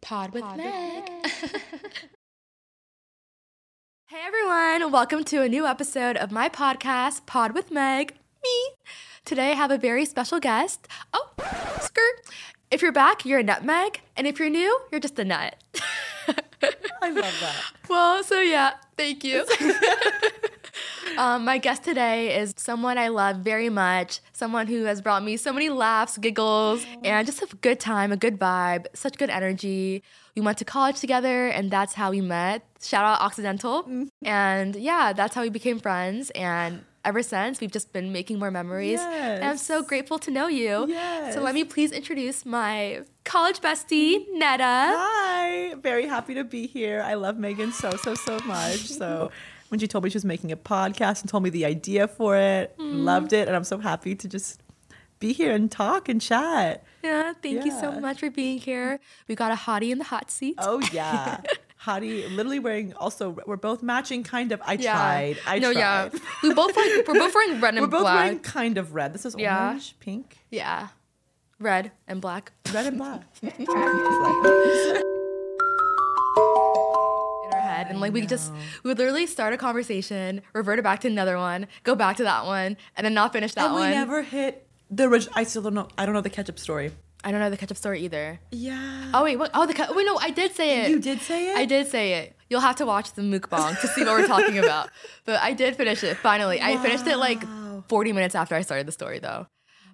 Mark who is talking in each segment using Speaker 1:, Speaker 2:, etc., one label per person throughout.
Speaker 1: Pod with Meg.
Speaker 2: Hey everyone, welcome to a new episode of my podcast, Pod with Meg. Me. Today I have a very special guest. Oh, skirt. If you're back, you're a nutmeg, and if you're new, you're just a nut.
Speaker 3: I love that.
Speaker 2: well, so yeah, thank you. um, my guest today is someone I love very much, someone who has brought me so many laughs, giggles, and just a good time, a good vibe, such good energy. We went to college together, and that's how we met. Shout out Occidental.
Speaker 3: Mm-hmm.
Speaker 2: And yeah, that's how we became friends. And ever since, we've just been making more memories. And I'm so
Speaker 3: Yes.
Speaker 2: grateful to know you. So let
Speaker 3: Yes.
Speaker 2: me please introduce my college bestie, Netta.
Speaker 3: Hi, very happy to be here. I love Megan so so so much. So when she told me she was making a podcast and told me the idea for it,
Speaker 2: Mm-hmm.
Speaker 3: loved it, and I'm so happy to just be here and talk and chat.
Speaker 2: Yeah, thank you so
Speaker 3: Yeah.
Speaker 2: much for being here. We got a hottie in the hot seat.
Speaker 3: Oh yeah. Hottie, literally wearing also we're both matching kind of. I tried. I
Speaker 2: no,
Speaker 3: tried.
Speaker 2: yeah. We both like we're both wearing red and
Speaker 3: We're both
Speaker 2: black.
Speaker 3: wearing kind of red. This is
Speaker 2: Yeah.
Speaker 3: orange, pink,
Speaker 2: Yeah. Red and black.
Speaker 3: red and black.
Speaker 2: in our head and like we just we would literally start a conversation revert it back to another one go back to that one and then not finish that
Speaker 3: and we
Speaker 2: one
Speaker 3: never hit the original. I still don't know. I don't know the ketchup story.
Speaker 2: i don't know the ketchup story either
Speaker 3: Yeah.
Speaker 2: oh wait what oh the ke- wait no i did say it
Speaker 3: You did say it?
Speaker 2: i did say it you'll have to watch the mukbang to see what we're talking about but i did finish it finally i finished it like
Speaker 3: Wow.
Speaker 2: 40 minutes after i started the story though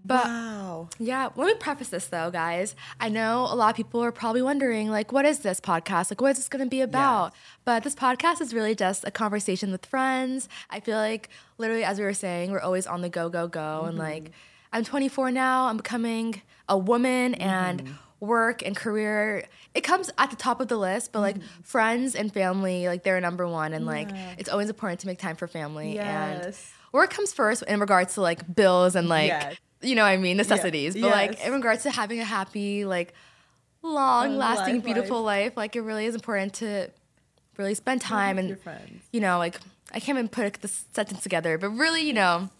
Speaker 2: but
Speaker 3: Wow.
Speaker 2: Yeah, let me preface this though, guys. I know a lot of people are probably wondering, like, what is this podcast? Like, what is this going to be about? But this podcast is really just a conversation with friends. I feel like, literally, as we were saying, we're always on the go, go, go. And
Speaker 3: Mm-hmm.
Speaker 2: like, I'm 24 now, I'm becoming a woman,
Speaker 3: Mm-hmm.
Speaker 2: and work and career, it comes at the top of the list, but like,
Speaker 3: Mm-hmm.
Speaker 2: friends and family, like, they're number one. And like, it's always important to make time for family. And
Speaker 3: Yes.
Speaker 2: work comes first in regards to like bills and like
Speaker 3: Yes.
Speaker 2: you know what I mean necessities but like
Speaker 3: Yes.
Speaker 2: in regards to having a happy like long lasting
Speaker 3: life,
Speaker 2: beautiful life. like it really is important to really spend time
Speaker 3: with
Speaker 2: and
Speaker 3: your friends.
Speaker 2: you know like I can't even put this sentence together but really you know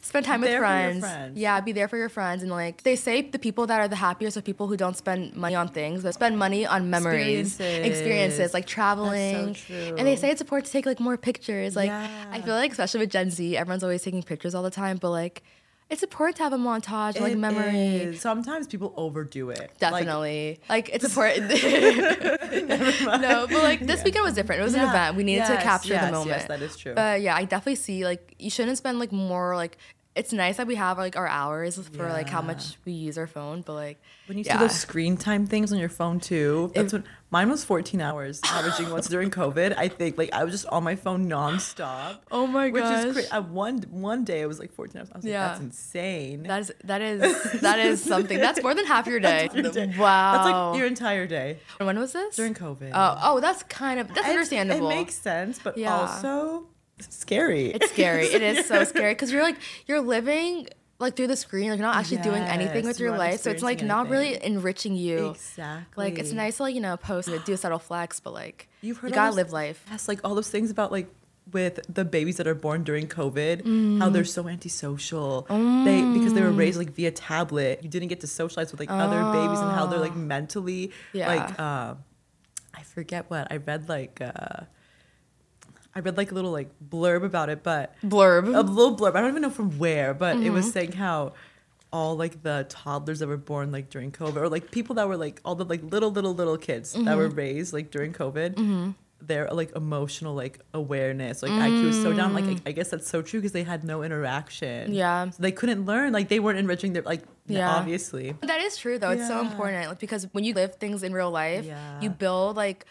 Speaker 2: spend time with
Speaker 3: There for your
Speaker 2: friends.
Speaker 3: friends.
Speaker 2: yeah be there for your friends and like they say the people that are the happiest are people who don't spend money on things but spend money on memories
Speaker 3: Experiences.
Speaker 2: experiences like traveling and they
Speaker 3: true.
Speaker 2: say it's important to take like more pictures like I
Speaker 3: Yeah.
Speaker 2: feel like especially with Gen Z, everyone's always taking pictures all the time, but like it's important to have a montage, like
Speaker 3: It
Speaker 2: memory.
Speaker 3: is. Sometimes people overdo it. Like,
Speaker 2: Definitely. Like, it's important. no, but like this weekend was different. It was an
Speaker 3: Yeah.
Speaker 2: event. We needed to
Speaker 3: Yes,
Speaker 2: capture the
Speaker 3: yes,
Speaker 2: moment.
Speaker 3: yes, that is true.
Speaker 2: But yeah, I definitely see like you shouldn't spend like more like it's nice that we have like our hours for like how
Speaker 3: Yeah.
Speaker 2: much we use our phone, but like
Speaker 3: when you
Speaker 2: yeah.
Speaker 3: see those screen time things on your phone too, that's when mine was 14 hours averaging once during COVID. I think like I was just on my phone nonstop.
Speaker 2: Oh my
Speaker 3: which
Speaker 2: gosh.
Speaker 3: is crazy. one one day it was like 14 hours. I was like,
Speaker 2: Yeah.
Speaker 3: that's insane.
Speaker 2: that is that is that is something. That's more than half your day.
Speaker 3: Your day- That's
Speaker 2: Wow.
Speaker 3: like your entire day
Speaker 2: when was this?
Speaker 3: during COVID.
Speaker 2: Oh, oh, that's kind of that's
Speaker 3: It's-
Speaker 2: understandable.
Speaker 3: It makes sense, but
Speaker 2: Yeah.
Speaker 3: also it's scary.
Speaker 2: It's scary. it is so scary because you're like you're living like through the screen, like not actually doing anything
Speaker 3: Yes,
Speaker 2: with
Speaker 3: you're
Speaker 2: your
Speaker 3: not
Speaker 2: life. So it's like not
Speaker 3: experiencing
Speaker 2: really enriching you.
Speaker 3: Exactly.
Speaker 2: Like it's nice to like you know post and do a subtle flex, but like
Speaker 3: You've heard
Speaker 2: you
Speaker 3: all
Speaker 2: gotta
Speaker 3: those-
Speaker 2: live life.
Speaker 3: Yes, like all those things about like with the babies that are born during COVID,
Speaker 2: Mm.
Speaker 3: how they're so antisocial. They because they were raised like via tablet. You didn't get to socialize with like other babies and how they're like mentally
Speaker 2: Oh. Yeah.
Speaker 3: like uh, I forget what I read like uh, I read like a little like blurb about it, but
Speaker 2: Blurb.
Speaker 3: a little blurb. I don't even know from where, but it was saying how all like the toddlers that were born like during COVID, or like people that were like all the like little little little kids that were raised like during COVID, their like emotional like awareness, like IQ is so down. Like I, I guess that's so true because they had no interaction.
Speaker 2: Yeah.
Speaker 3: so they couldn't learn. Like they weren't enriching their like
Speaker 2: Yeah.
Speaker 3: yeah. obviously.
Speaker 2: That is true though. It's so
Speaker 3: Yeah.
Speaker 2: important like, because when you live things in real life,
Speaker 3: Yeah.
Speaker 2: you build like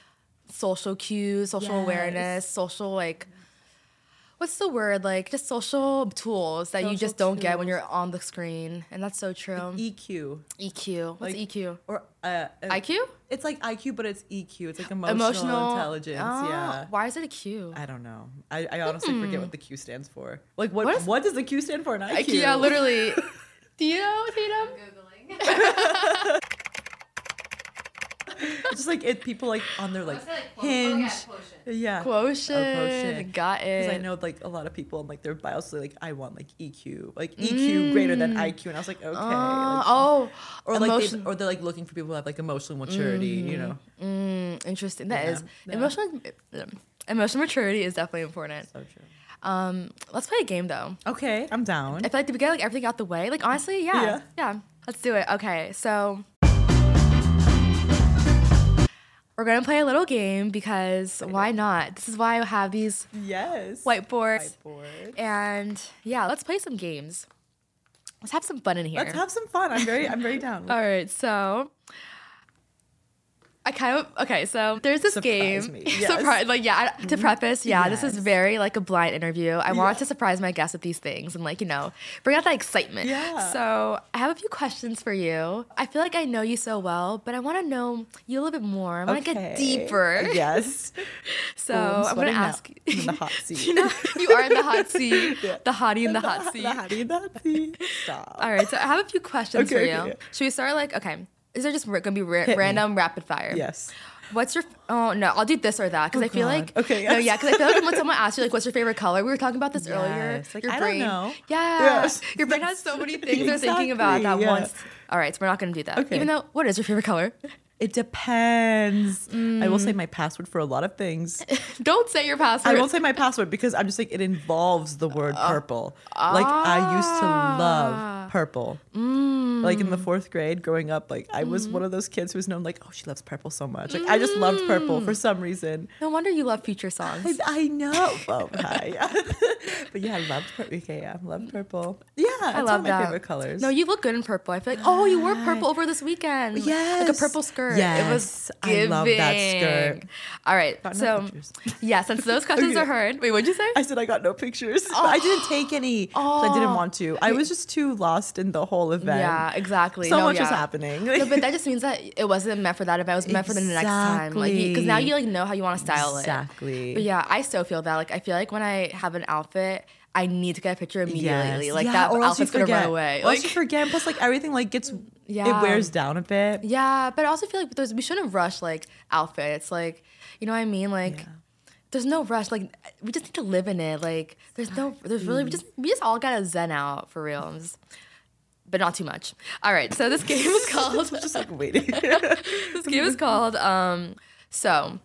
Speaker 2: social cues, social
Speaker 3: Yes.
Speaker 2: awareness, social like what's the word like just social tools that you
Speaker 3: Social
Speaker 2: just don't get when
Speaker 3: tools.
Speaker 2: you're on the screen, and that's so
Speaker 3: Um.
Speaker 2: true.
Speaker 3: EQ
Speaker 2: EQ. What's E
Speaker 3: like-
Speaker 2: EQ?
Speaker 3: E or uh, uh,
Speaker 2: IQ?
Speaker 3: It's like IQ, but it's EQ. It's like emotional, Ah, intelligence.
Speaker 2: Oh,
Speaker 3: Yeah.
Speaker 2: Why is it a Q?
Speaker 3: I don't know. I, I honestly forget what the Q stands for. Like what
Speaker 2: What
Speaker 3: what,
Speaker 2: is-
Speaker 3: does the Q stand for in IQ?
Speaker 2: Yeah, literally. Do you know Tatum?
Speaker 3: just like it, people like on their like
Speaker 1: What's that, like, quote? Oh,
Speaker 3: hinge.
Speaker 1: yeah, quotient.
Speaker 3: yeah,
Speaker 2: Quotient. Got it.
Speaker 3: Because Oh, I know like a lot of people in like their bios say like I want like EQ, like EQ
Speaker 2: Mm.
Speaker 3: greater than IQ, and I was like okay.
Speaker 2: Uh,
Speaker 3: like,
Speaker 2: oh,
Speaker 3: or like
Speaker 2: emotion-
Speaker 3: they, or they're like looking for people who have like emotional maturity, you know.
Speaker 2: mm, interesting. That
Speaker 3: Yeah,
Speaker 2: is
Speaker 3: yeah.
Speaker 2: emotional. Emotional maturity is definitely important.
Speaker 3: So true.
Speaker 2: Um, let's play a game though.
Speaker 3: Okay, I'm down.
Speaker 2: I feel like did we get like everything out the way? Like honestly, yeah, yeah.
Speaker 3: Yeah.
Speaker 2: Let's do it. Okay, so we're gonna play a little game because why not? This is why I have these
Speaker 3: Yes.
Speaker 2: whiteboards.
Speaker 3: Whiteboard.
Speaker 2: And yeah, let's play some games. Let's have some fun in here.
Speaker 3: Let's have some fun. I'm very I'm very down.
Speaker 2: All right, so I kind of okay. So there's this
Speaker 3: Surprise
Speaker 2: game.
Speaker 3: me. Yes. Mm-hmm.
Speaker 2: Surprise, like yeah. I- To preface, yeah, this is
Speaker 3: Yes.
Speaker 2: very like a blind interview. I want
Speaker 3: Yeah.
Speaker 2: to surprise my guests with these things and like you know bring out that excitement.
Speaker 3: Yeah.
Speaker 2: So I have a few questions for you. I feel like I know you so well, but I want to know you a little bit more. I want to
Speaker 3: Okay.
Speaker 2: get deeper.
Speaker 3: Yes.
Speaker 2: So
Speaker 3: Ooh, I'm,
Speaker 2: I'm, gonna
Speaker 3: sweating now.
Speaker 2: ask.
Speaker 3: I'm in the hot seat.
Speaker 2: you know, you are in the hot seat.
Speaker 3: Yeah.
Speaker 2: The hottie in the hot
Speaker 3: The
Speaker 2: seat.
Speaker 3: hottie in the hot seat. Stop.
Speaker 2: All right, so I have a few questions
Speaker 3: Okay,
Speaker 2: for
Speaker 3: okay,
Speaker 2: you.
Speaker 3: yeah.
Speaker 2: Should we start like okay? Is there just ra- gonna be ra-
Speaker 3: me.
Speaker 2: random rapid fire?
Speaker 3: Yes.
Speaker 2: What's your? Oh no, I'll do this or that because
Speaker 3: Oh,
Speaker 2: I feel
Speaker 3: God.
Speaker 2: like
Speaker 3: Okay,
Speaker 2: no,
Speaker 3: yes.
Speaker 2: yeah, because I feel like when someone asks you like, "What's your favorite color?" We were talking about this earlier.
Speaker 3: Yes, like,
Speaker 2: your
Speaker 3: I don't
Speaker 2: brain,
Speaker 3: know.
Speaker 2: yeah,
Speaker 3: Yes.
Speaker 2: your brain has so many things they're thinking about that
Speaker 3: Exactly, yeah.
Speaker 2: once. All right, so we're not gonna do that.
Speaker 3: Okay.
Speaker 2: Even though, what is your favorite color?
Speaker 3: It depends. I
Speaker 2: Mm.
Speaker 3: will say my password for a lot of things.
Speaker 2: Don't say your password.
Speaker 3: I won't say my password because I'm just like it involves the word purple. like I used to
Speaker 2: Uh, Ah. Mm.
Speaker 3: love purple. Like in the fourth grade, growing up, like I was one of those kids who was known like, oh, she loves purple so much. Like I just loved purple
Speaker 2: Mm.
Speaker 3: for some reason.
Speaker 2: no wonder you love future songs.
Speaker 3: I, I know. Oh, hi. but yeah, I loved purple. Okay, yeah, I loved purple. Yeah, it's
Speaker 2: I
Speaker 3: one
Speaker 2: love
Speaker 3: of my
Speaker 2: that.
Speaker 3: favorite colors.
Speaker 2: No, you look good in purple. I feel like oh, you wore purple over this weekend.
Speaker 3: Yes.
Speaker 2: like a purple skirt. it was
Speaker 3: Yes, I
Speaker 2: giving.
Speaker 3: love that skirt.
Speaker 2: All right,
Speaker 3: Got no
Speaker 2: so
Speaker 3: pictures.
Speaker 2: yeah, since those questions
Speaker 3: Okay.
Speaker 2: are heard, wait, what'd you say?
Speaker 3: I said I got no pictures. But I didn't take any. 'cause I
Speaker 2: Oh.
Speaker 3: didn't want to. I was just too lost in the whole event.
Speaker 2: yeah, exactly.
Speaker 3: So
Speaker 2: No,
Speaker 3: much was
Speaker 2: yeah.
Speaker 3: happening.
Speaker 2: No, but that just means that it wasn't meant for that event. It was meant for the next time, like because now
Speaker 3: Exactly.
Speaker 2: you like know how you want to style it.
Speaker 3: Exactly.
Speaker 2: But yeah, I still feel that. Like I feel like when I have an outfit, I need to get a picture immediately.
Speaker 3: Yes.
Speaker 2: Like
Speaker 3: Yeah,
Speaker 2: that
Speaker 3: or else you
Speaker 2: outfit's gonna run
Speaker 3: forget.
Speaker 2: away.
Speaker 3: Or else you
Speaker 2: Like
Speaker 3: forget. Plus, like everything, like gets
Speaker 2: Yeah.
Speaker 3: it wears down a bit.
Speaker 2: yeah, but I also feel like there's we shouldn't rush like outfits. Like you know what I mean? Like.
Speaker 3: Yeah.
Speaker 2: There's no rush. Like we just need to live in it. Like there's no. There's really. We just. We just all gotta zen out for real. I'm just- But not too much. All right. So this game is called.
Speaker 3: I'm just like waiting.
Speaker 2: this game is called um so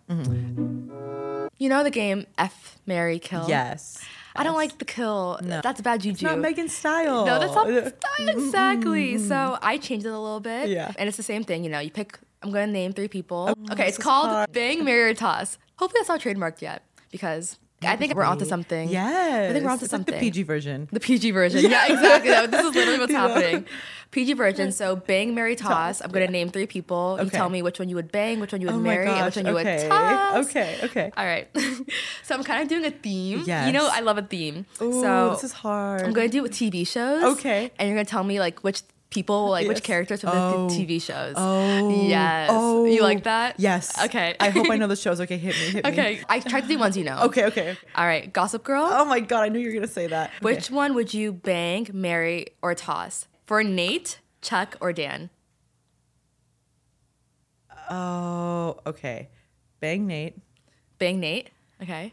Speaker 2: you know the game f mary kill
Speaker 3: Mm-hmm. yes.
Speaker 2: i don't like the kill
Speaker 3: No.
Speaker 2: that's bad juju
Speaker 3: Not Megan style.
Speaker 2: no that's not exactly so i changed it a little bit
Speaker 3: Yeah. Oh,
Speaker 2: and it's the same thing you know you pick i'm gonna name three people okay it's
Speaker 3: is
Speaker 2: called
Speaker 3: hard.
Speaker 2: bang marry or toss hopefully that's not trademarked yet because i think we're onto something
Speaker 3: Yes.
Speaker 2: I think we're onto
Speaker 3: It's
Speaker 2: something.
Speaker 3: Like the PG version.
Speaker 2: the PG version. Yeah, exactly. That- This is literally what's happening. PG version. So bang, marry, toss. I'm gonna name three people. You
Speaker 3: Okay.
Speaker 2: tell me which one you would bang, which one you would
Speaker 3: Oh my
Speaker 2: marry, and which
Speaker 3: gosh.
Speaker 2: one you
Speaker 3: Okay.
Speaker 2: would toss.
Speaker 3: Okay. Okay.
Speaker 2: All right. so I'm kind of doing a theme. You
Speaker 3: Yes.
Speaker 2: know, I love a theme.
Speaker 3: Ooh,
Speaker 2: so
Speaker 3: this is hard.
Speaker 2: I'm gonna do TV shows.
Speaker 3: Okay.
Speaker 2: And you're gonna tell me like which people, like which
Speaker 3: Yes.
Speaker 2: characters from
Speaker 3: Oh.
Speaker 2: the th- TV shows.
Speaker 3: Oh.
Speaker 2: Yes.
Speaker 3: Oh.
Speaker 2: You like that?
Speaker 3: Yes.
Speaker 2: Okay.
Speaker 3: I hope I know the shows. Okay, hit me. Hit me.
Speaker 2: Okay. I tried to do ones you know.
Speaker 3: Okay. Okay.
Speaker 2: All right. Gossip Girl.
Speaker 3: Oh my god! I knew you were gonna say that. Okay.
Speaker 2: Which one would you bang, marry, or toss for Nate, Chuck, or Dan?
Speaker 3: Oh, okay. Bang Nate.
Speaker 2: Bang Nate. Okay.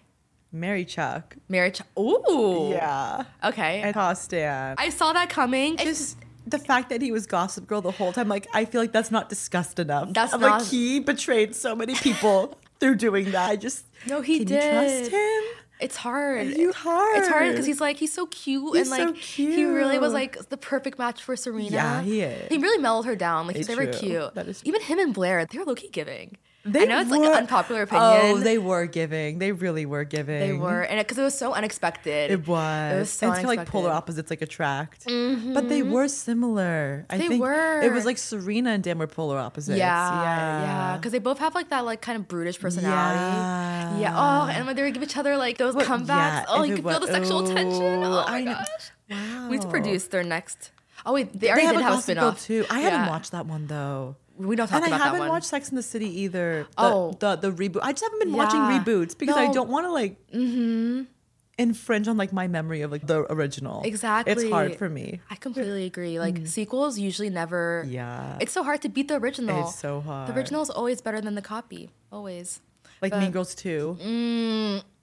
Speaker 3: Marry Chuck.
Speaker 2: Marry Chuck. Ooh.
Speaker 3: Yeah.
Speaker 2: Okay.
Speaker 3: And toss Dan.
Speaker 2: I saw that coming. It's-
Speaker 3: just the fact that he was Gossip Girl the whole time, like I feel like that's not discussed enough.
Speaker 2: That's
Speaker 3: I'm
Speaker 2: not-
Speaker 3: like he betrayed so many people through doing that. I just
Speaker 2: No, he
Speaker 3: can
Speaker 2: did.
Speaker 3: You trust him?
Speaker 2: it's hard.
Speaker 3: You hard.
Speaker 2: It's hard because he's like he's so cute
Speaker 3: He's
Speaker 2: and like
Speaker 3: so
Speaker 2: he really was
Speaker 3: cute.
Speaker 2: like the perfect match for Serena.
Speaker 3: Yeah, he is.
Speaker 2: He really mellowed her down. Like
Speaker 3: It's
Speaker 2: they were
Speaker 3: true.
Speaker 2: cute.
Speaker 3: That is
Speaker 2: Even him and Blair, they were low key giving. I
Speaker 3: They
Speaker 2: know it's like
Speaker 3: were-
Speaker 2: an unpopular opinion.
Speaker 3: Oh, they were giving. They really were giving.
Speaker 2: They were, and because it, was so unexpected.
Speaker 3: It was.
Speaker 2: It was so
Speaker 3: And it's kind of like polar
Speaker 2: unexpected. Mm-hmm.
Speaker 3: opposites like attract. But they were similar. I
Speaker 2: They
Speaker 3: think It
Speaker 2: were.
Speaker 3: was like Serena and Dan were polar opposites.
Speaker 2: Yeah, yeah, because they both have like that like kind of brutish personality. Yeah. Oh, and when they would give each other like those
Speaker 3: But
Speaker 2: comebacks,
Speaker 3: yeah,
Speaker 2: oh,
Speaker 3: if
Speaker 2: you
Speaker 3: it
Speaker 2: could feel
Speaker 3: wa-
Speaker 2: the sexual tension. Oh
Speaker 3: Ooh,
Speaker 2: my
Speaker 3: I know.
Speaker 2: gosh.
Speaker 3: Wow.
Speaker 2: We need to produce their next. Oh wait, they
Speaker 3: They
Speaker 2: already
Speaker 3: have
Speaker 2: did
Speaker 3: a
Speaker 2: have a
Speaker 3: Gossip
Speaker 2: spin
Speaker 3: Girl
Speaker 2: off
Speaker 3: too. I haven't watched that one though.
Speaker 2: We don't talk
Speaker 3: And I
Speaker 2: about that
Speaker 3: haven't
Speaker 2: one.
Speaker 3: watched Sex in the City either. The,
Speaker 2: Oh.
Speaker 3: the the reboot. I just haven't been watching
Speaker 2: Yeah. Mm-hmm.
Speaker 3: reboots because I
Speaker 2: No.
Speaker 3: don't want to like. infringe on like my memory of like the original. It's
Speaker 2: Exactly.
Speaker 3: hard for me.
Speaker 2: I completely agree. Like sequels usually never.
Speaker 3: Mm. Yeah.
Speaker 2: It's so hard to beat the original.
Speaker 3: It's so hard.
Speaker 2: The original is always better than the copy. Always.
Speaker 3: like
Speaker 2: But- Mm,
Speaker 3: Mean Girls 2.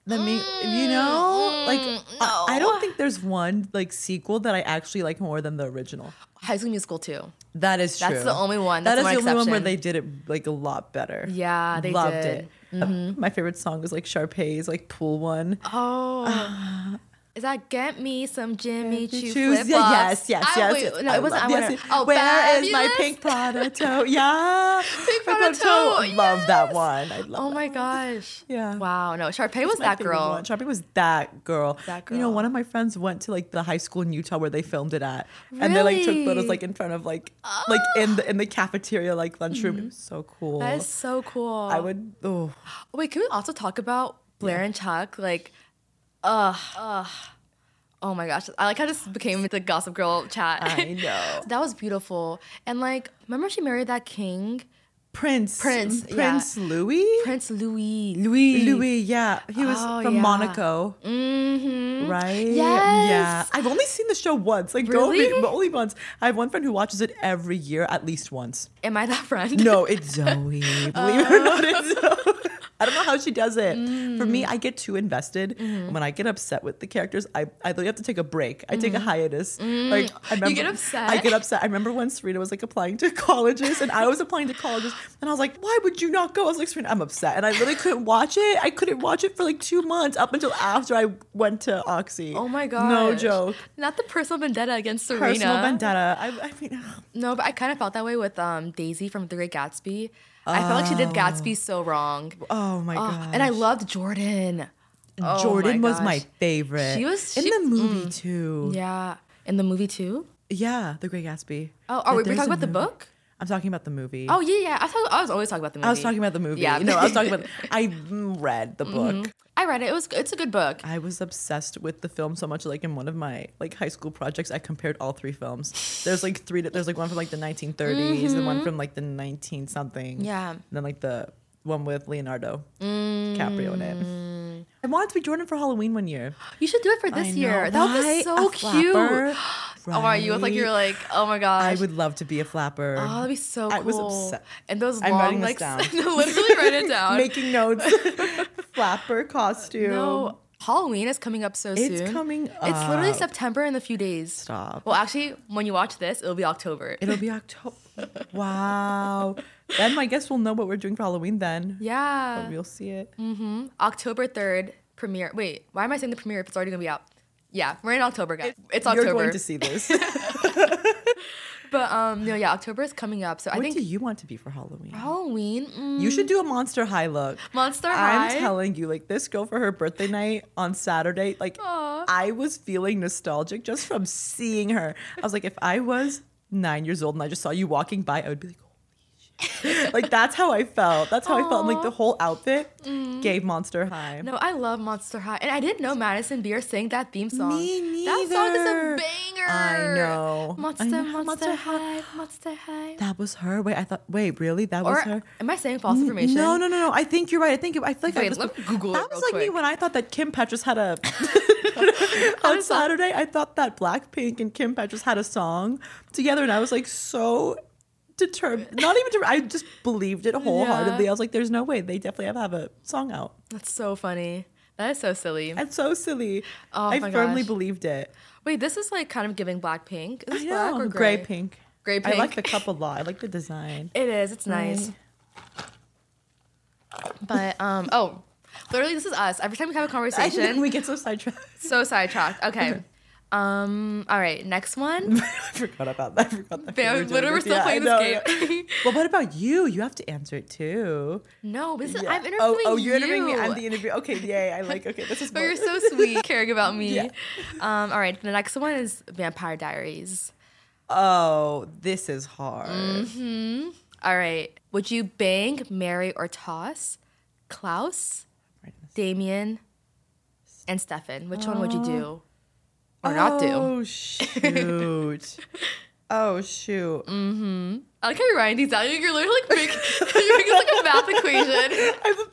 Speaker 3: The mean, you know, like I, I don't think there's one like sequel that I actually like more than the original.
Speaker 2: High School Musical too.
Speaker 3: That is true.
Speaker 2: That's the only one.
Speaker 3: That
Speaker 2: That's my
Speaker 3: is the only one where
Speaker 2: exception.
Speaker 3: they did it like a lot better.
Speaker 2: Yeah, they
Speaker 3: loved
Speaker 2: did. Mm-hmm.
Speaker 3: it. Uh, My favorite song was like Sharpay's like pool one.
Speaker 2: Oh. Is that get me some Jimmy Choo
Speaker 3: Choose-
Speaker 2: flip
Speaker 3: yes, yes, yes.
Speaker 2: I, wait,
Speaker 3: yes.
Speaker 2: no,
Speaker 3: I
Speaker 2: it wasn't.
Speaker 3: love-
Speaker 2: I want
Speaker 3: yes, yes.
Speaker 2: Oh,
Speaker 3: where is my
Speaker 2: fabulous.
Speaker 3: pink Prada toe? Yeah,
Speaker 2: Pink
Speaker 3: My
Speaker 2: Prada toe,
Speaker 3: Love that
Speaker 2: yes.
Speaker 3: one. I love.
Speaker 2: Oh
Speaker 3: that.
Speaker 2: my gosh.
Speaker 3: Yeah.
Speaker 2: Wow. No, Sharpay was
Speaker 3: my
Speaker 2: that
Speaker 3: favorite
Speaker 2: girl.
Speaker 3: One. Sharpie was that girl.
Speaker 2: That
Speaker 3: You know,
Speaker 2: girl.
Speaker 3: one of my friends went to like the high school in Utah where they filmed it at, and they like took photos
Speaker 2: Really?
Speaker 3: like in front of like like in the in the cafeteria like lunchroom. It was so cool.
Speaker 2: Mm-hmm. That is so cool.
Speaker 3: I would. Oh,
Speaker 2: Wait, can we also talk about Blair and Chuck? Like, ugh, ugh. Oh my gosh. I like how this became the Gossip Girl chat.
Speaker 3: I know.
Speaker 2: that was beautiful. And like, remember she married that king,
Speaker 3: Prince.
Speaker 2: Prince, yeah.
Speaker 3: Prince Louis.
Speaker 2: Prince Louis. Louis.
Speaker 3: Louis. Yeah, he was
Speaker 2: Oh,
Speaker 3: from
Speaker 2: yeah.
Speaker 3: Monaco.
Speaker 2: Mm-hmm.
Speaker 3: Right? Yeah.
Speaker 2: Yes.
Speaker 3: I've only seen the show once. Like,
Speaker 2: Really?
Speaker 3: don't be, only once. I have one friend who watches it every year at least once.
Speaker 2: Am I that friend?
Speaker 3: No, it's Zoe. Believe it or not, it's Zoe. Uh. I don't know how she does it. For me, I get too invested. And when I get upset with the characters, I, I literally have to take a break. I take a hiatus. Like I remember,
Speaker 2: get upset?
Speaker 3: I get upset. I remember when Serena was like applying to colleges and I was applying to colleges and I was like, why would you not go? I was like, Serena, I'm upset. And I literally couldn't watch it. I couldn't watch it for like two months up until after I went to Oxy.
Speaker 2: Oh my gosh.
Speaker 3: No joke.
Speaker 2: Not the personal vendetta against Serena.
Speaker 3: Personal vendetta. I, I mean,
Speaker 2: No, but I kind of felt that way with um, Daisy from The Great Gatsby. I felt like she did Gatsby so wrong.
Speaker 3: oh my
Speaker 2: Ugh,
Speaker 3: god.
Speaker 2: and I loved Jordan. Oh
Speaker 3: Jordan was my
Speaker 2: gosh.
Speaker 3: favorite.
Speaker 2: She was-
Speaker 3: in
Speaker 2: she-
Speaker 3: the movie too.
Speaker 2: Yeah, in the movie too.
Speaker 3: Yeah, The Great Gatsby.
Speaker 2: Oh, are we
Speaker 3: There's
Speaker 2: we're talking
Speaker 3: a
Speaker 2: about the
Speaker 3: movie-
Speaker 2: book?
Speaker 3: I'm talking about the movie.
Speaker 2: Oh yeah, yeah. I, talk, I was always talking about the movie.
Speaker 3: I was talking about the movie.
Speaker 2: Yeah. Mm-hmm.
Speaker 3: no, I was talking about. I mm, read the book.
Speaker 2: I read it. It was. It's a good book.
Speaker 3: I was obsessed with the film so much. Like in one of my like high school projects, I compared all three films. There's like three. There's like one from like the 1930s, the one from like the 19 something,
Speaker 2: Mm-hmm. Yeah. Mm.
Speaker 3: and then like the one with Leonardo DiCaprio in it. I wanted to be Jordan for Halloween one year.
Speaker 2: You should do it for this
Speaker 3: I
Speaker 2: year.
Speaker 3: know,
Speaker 2: That would be
Speaker 3: right?
Speaker 2: so
Speaker 3: A
Speaker 2: cute.
Speaker 3: flapper,
Speaker 2: Oh, are you with like
Speaker 3: right?
Speaker 2: you're like oh my
Speaker 3: I
Speaker 2: gosh.
Speaker 3: would love to be a flapper.
Speaker 2: Oh, that'd be so cool.
Speaker 3: I was obsessed.
Speaker 2: And those
Speaker 3: I'm
Speaker 2: long
Speaker 3: writing
Speaker 2: like
Speaker 3: this down.
Speaker 2: literally write it down.
Speaker 3: Making notes. flapper costume.
Speaker 2: no, Halloween is coming up so soon.
Speaker 3: It's coming
Speaker 2: It's literally
Speaker 3: up.
Speaker 2: September in a few days.
Speaker 3: Stop.
Speaker 2: Well, actually, when you watch this, it'll be October.
Speaker 3: It'll be October. wow. Then I guess we'll know what we're doing for Halloween then.
Speaker 2: yeah.
Speaker 3: We'll see it.
Speaker 2: October 3rd premiere. Wait, why am I saying the premiere if it's already going to be out? Yeah, we're in October, guys. it's October.
Speaker 3: You're going to see this.
Speaker 2: But um no, yeah, October is coming up. So I
Speaker 3: what
Speaker 2: think
Speaker 3: do you want to be for Halloween?
Speaker 2: Halloween mm,
Speaker 3: You should do a Monster High look.
Speaker 2: Monster High.
Speaker 3: I'm telling you, like this girl for her birthday night on Saturday, like
Speaker 2: Aw.
Speaker 3: I was feeling nostalgic just from seeing her. I was like, if I was nine years old and I just saw you walking by, I would be like, holy shit. like that's how I felt. That's how I felt. And, like the whole outfit gave Monster High.
Speaker 2: no, I love Monster High, and I didn't know Madison Beer sang that theme song.
Speaker 3: Me
Speaker 2: That song is
Speaker 3: neither.
Speaker 2: a banger.
Speaker 3: I know. I
Speaker 2: Monster,
Speaker 3: know.
Speaker 2: Monster,
Speaker 3: Monster
Speaker 2: High, Monster High.
Speaker 3: That was her. Wait, I thought. Wait, really? That was her.
Speaker 2: Or am I saying false information?
Speaker 3: No, no, no, no. I think you're right. I think it, I feel like I
Speaker 2: Wait,
Speaker 3: was,
Speaker 2: let me Google it
Speaker 3: That was
Speaker 2: real
Speaker 3: like me
Speaker 2: quick.
Speaker 3: when I thought that Kim Petras had a
Speaker 2: I
Speaker 3: on
Speaker 2: just thought-
Speaker 3: Saturday. I thought that Blackpink and Kim Petras had a song together, and I was like so determined. Not even deter- I just believed it wholeheartedly.
Speaker 2: Yeah.
Speaker 3: I was like, "There's no way they definitely have, have a song out."
Speaker 2: That's so funny. That is so silly.
Speaker 3: That's so silly.
Speaker 2: Oh
Speaker 3: I
Speaker 2: my
Speaker 3: firmly
Speaker 2: gosh.
Speaker 3: believed it.
Speaker 2: Wait, this is like kind of giving Blackpink. Is this
Speaker 3: I
Speaker 2: black
Speaker 3: know.
Speaker 2: or
Speaker 3: gray?
Speaker 2: gray?
Speaker 3: pink.
Speaker 2: Gray
Speaker 3: I like
Speaker 2: pink.
Speaker 3: the cup a lot. I like the design.
Speaker 2: It is. It's nice. But um oh, literally this is us. Every time we have a
Speaker 3: I think
Speaker 2: conversation,
Speaker 3: we get so sidetracked.
Speaker 2: so sidetracked. Okay. Um all right, next one.
Speaker 3: I forgot about that. I forgot that. we
Speaker 2: Bam,
Speaker 3: were doing
Speaker 2: literally we're
Speaker 3: this.
Speaker 2: still
Speaker 3: Yeah, I
Speaker 2: playing
Speaker 3: know,
Speaker 2: this
Speaker 3: yeah.
Speaker 2: game.
Speaker 3: Well, what about you? You have to answer it too.
Speaker 2: no, this is,
Speaker 3: Yeah.
Speaker 2: I'm interviewing
Speaker 3: oh, oh,
Speaker 2: you.
Speaker 3: you're interviewing me. I'm the interview. Okay, yay. I like. Okay, this is.
Speaker 2: but
Speaker 3: more-
Speaker 2: you're so sweet caring about me.
Speaker 3: Yeah.
Speaker 2: Um all right, the next one is Vampire Diaries.
Speaker 3: Oh, this is hard.
Speaker 2: Mm-hmm. All right. Would you bang, marry or toss Klaus, Damien, and Stefan? Which one would you do? Or not do?
Speaker 3: Oh shoot. oh shoot.
Speaker 2: Mm. I like how you're writing these out. You're literally like making, you're making like a math equation.
Speaker 3: I'm a-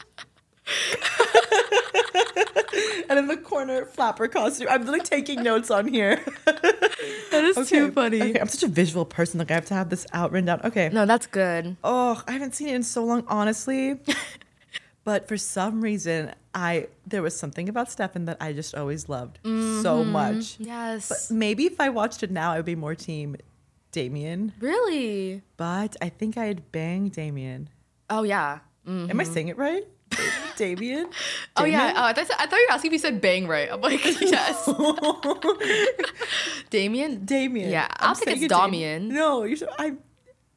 Speaker 3: and and in the corner flapper costume. I'm like taking notes on here.
Speaker 2: That is too
Speaker 3: Okay,
Speaker 2: funny.
Speaker 3: Okay, I'm such a visual person. Like I have to have this out written down. Okay.
Speaker 2: No, that's good.
Speaker 3: Oh, I haven't seen it in so long, honestly. but for some reason, I there was something about Stefan that I just always loved so
Speaker 2: Mm-hmm.
Speaker 3: much.
Speaker 2: Yes.
Speaker 3: But maybe if I watched it now, I would be more team Damien.
Speaker 2: really?
Speaker 3: But I think I'd bang Damien.
Speaker 2: Oh yeah. Mm.
Speaker 3: Am I saying it right? Damien?
Speaker 2: Oh yeah. Oh, I, thought, I thought you were asking if you said bang right. I'm like yes. Damien.
Speaker 3: Damien.
Speaker 2: Yeah, I'll think
Speaker 3: saying
Speaker 2: it's
Speaker 3: it
Speaker 2: Damien.
Speaker 3: No, you should. I.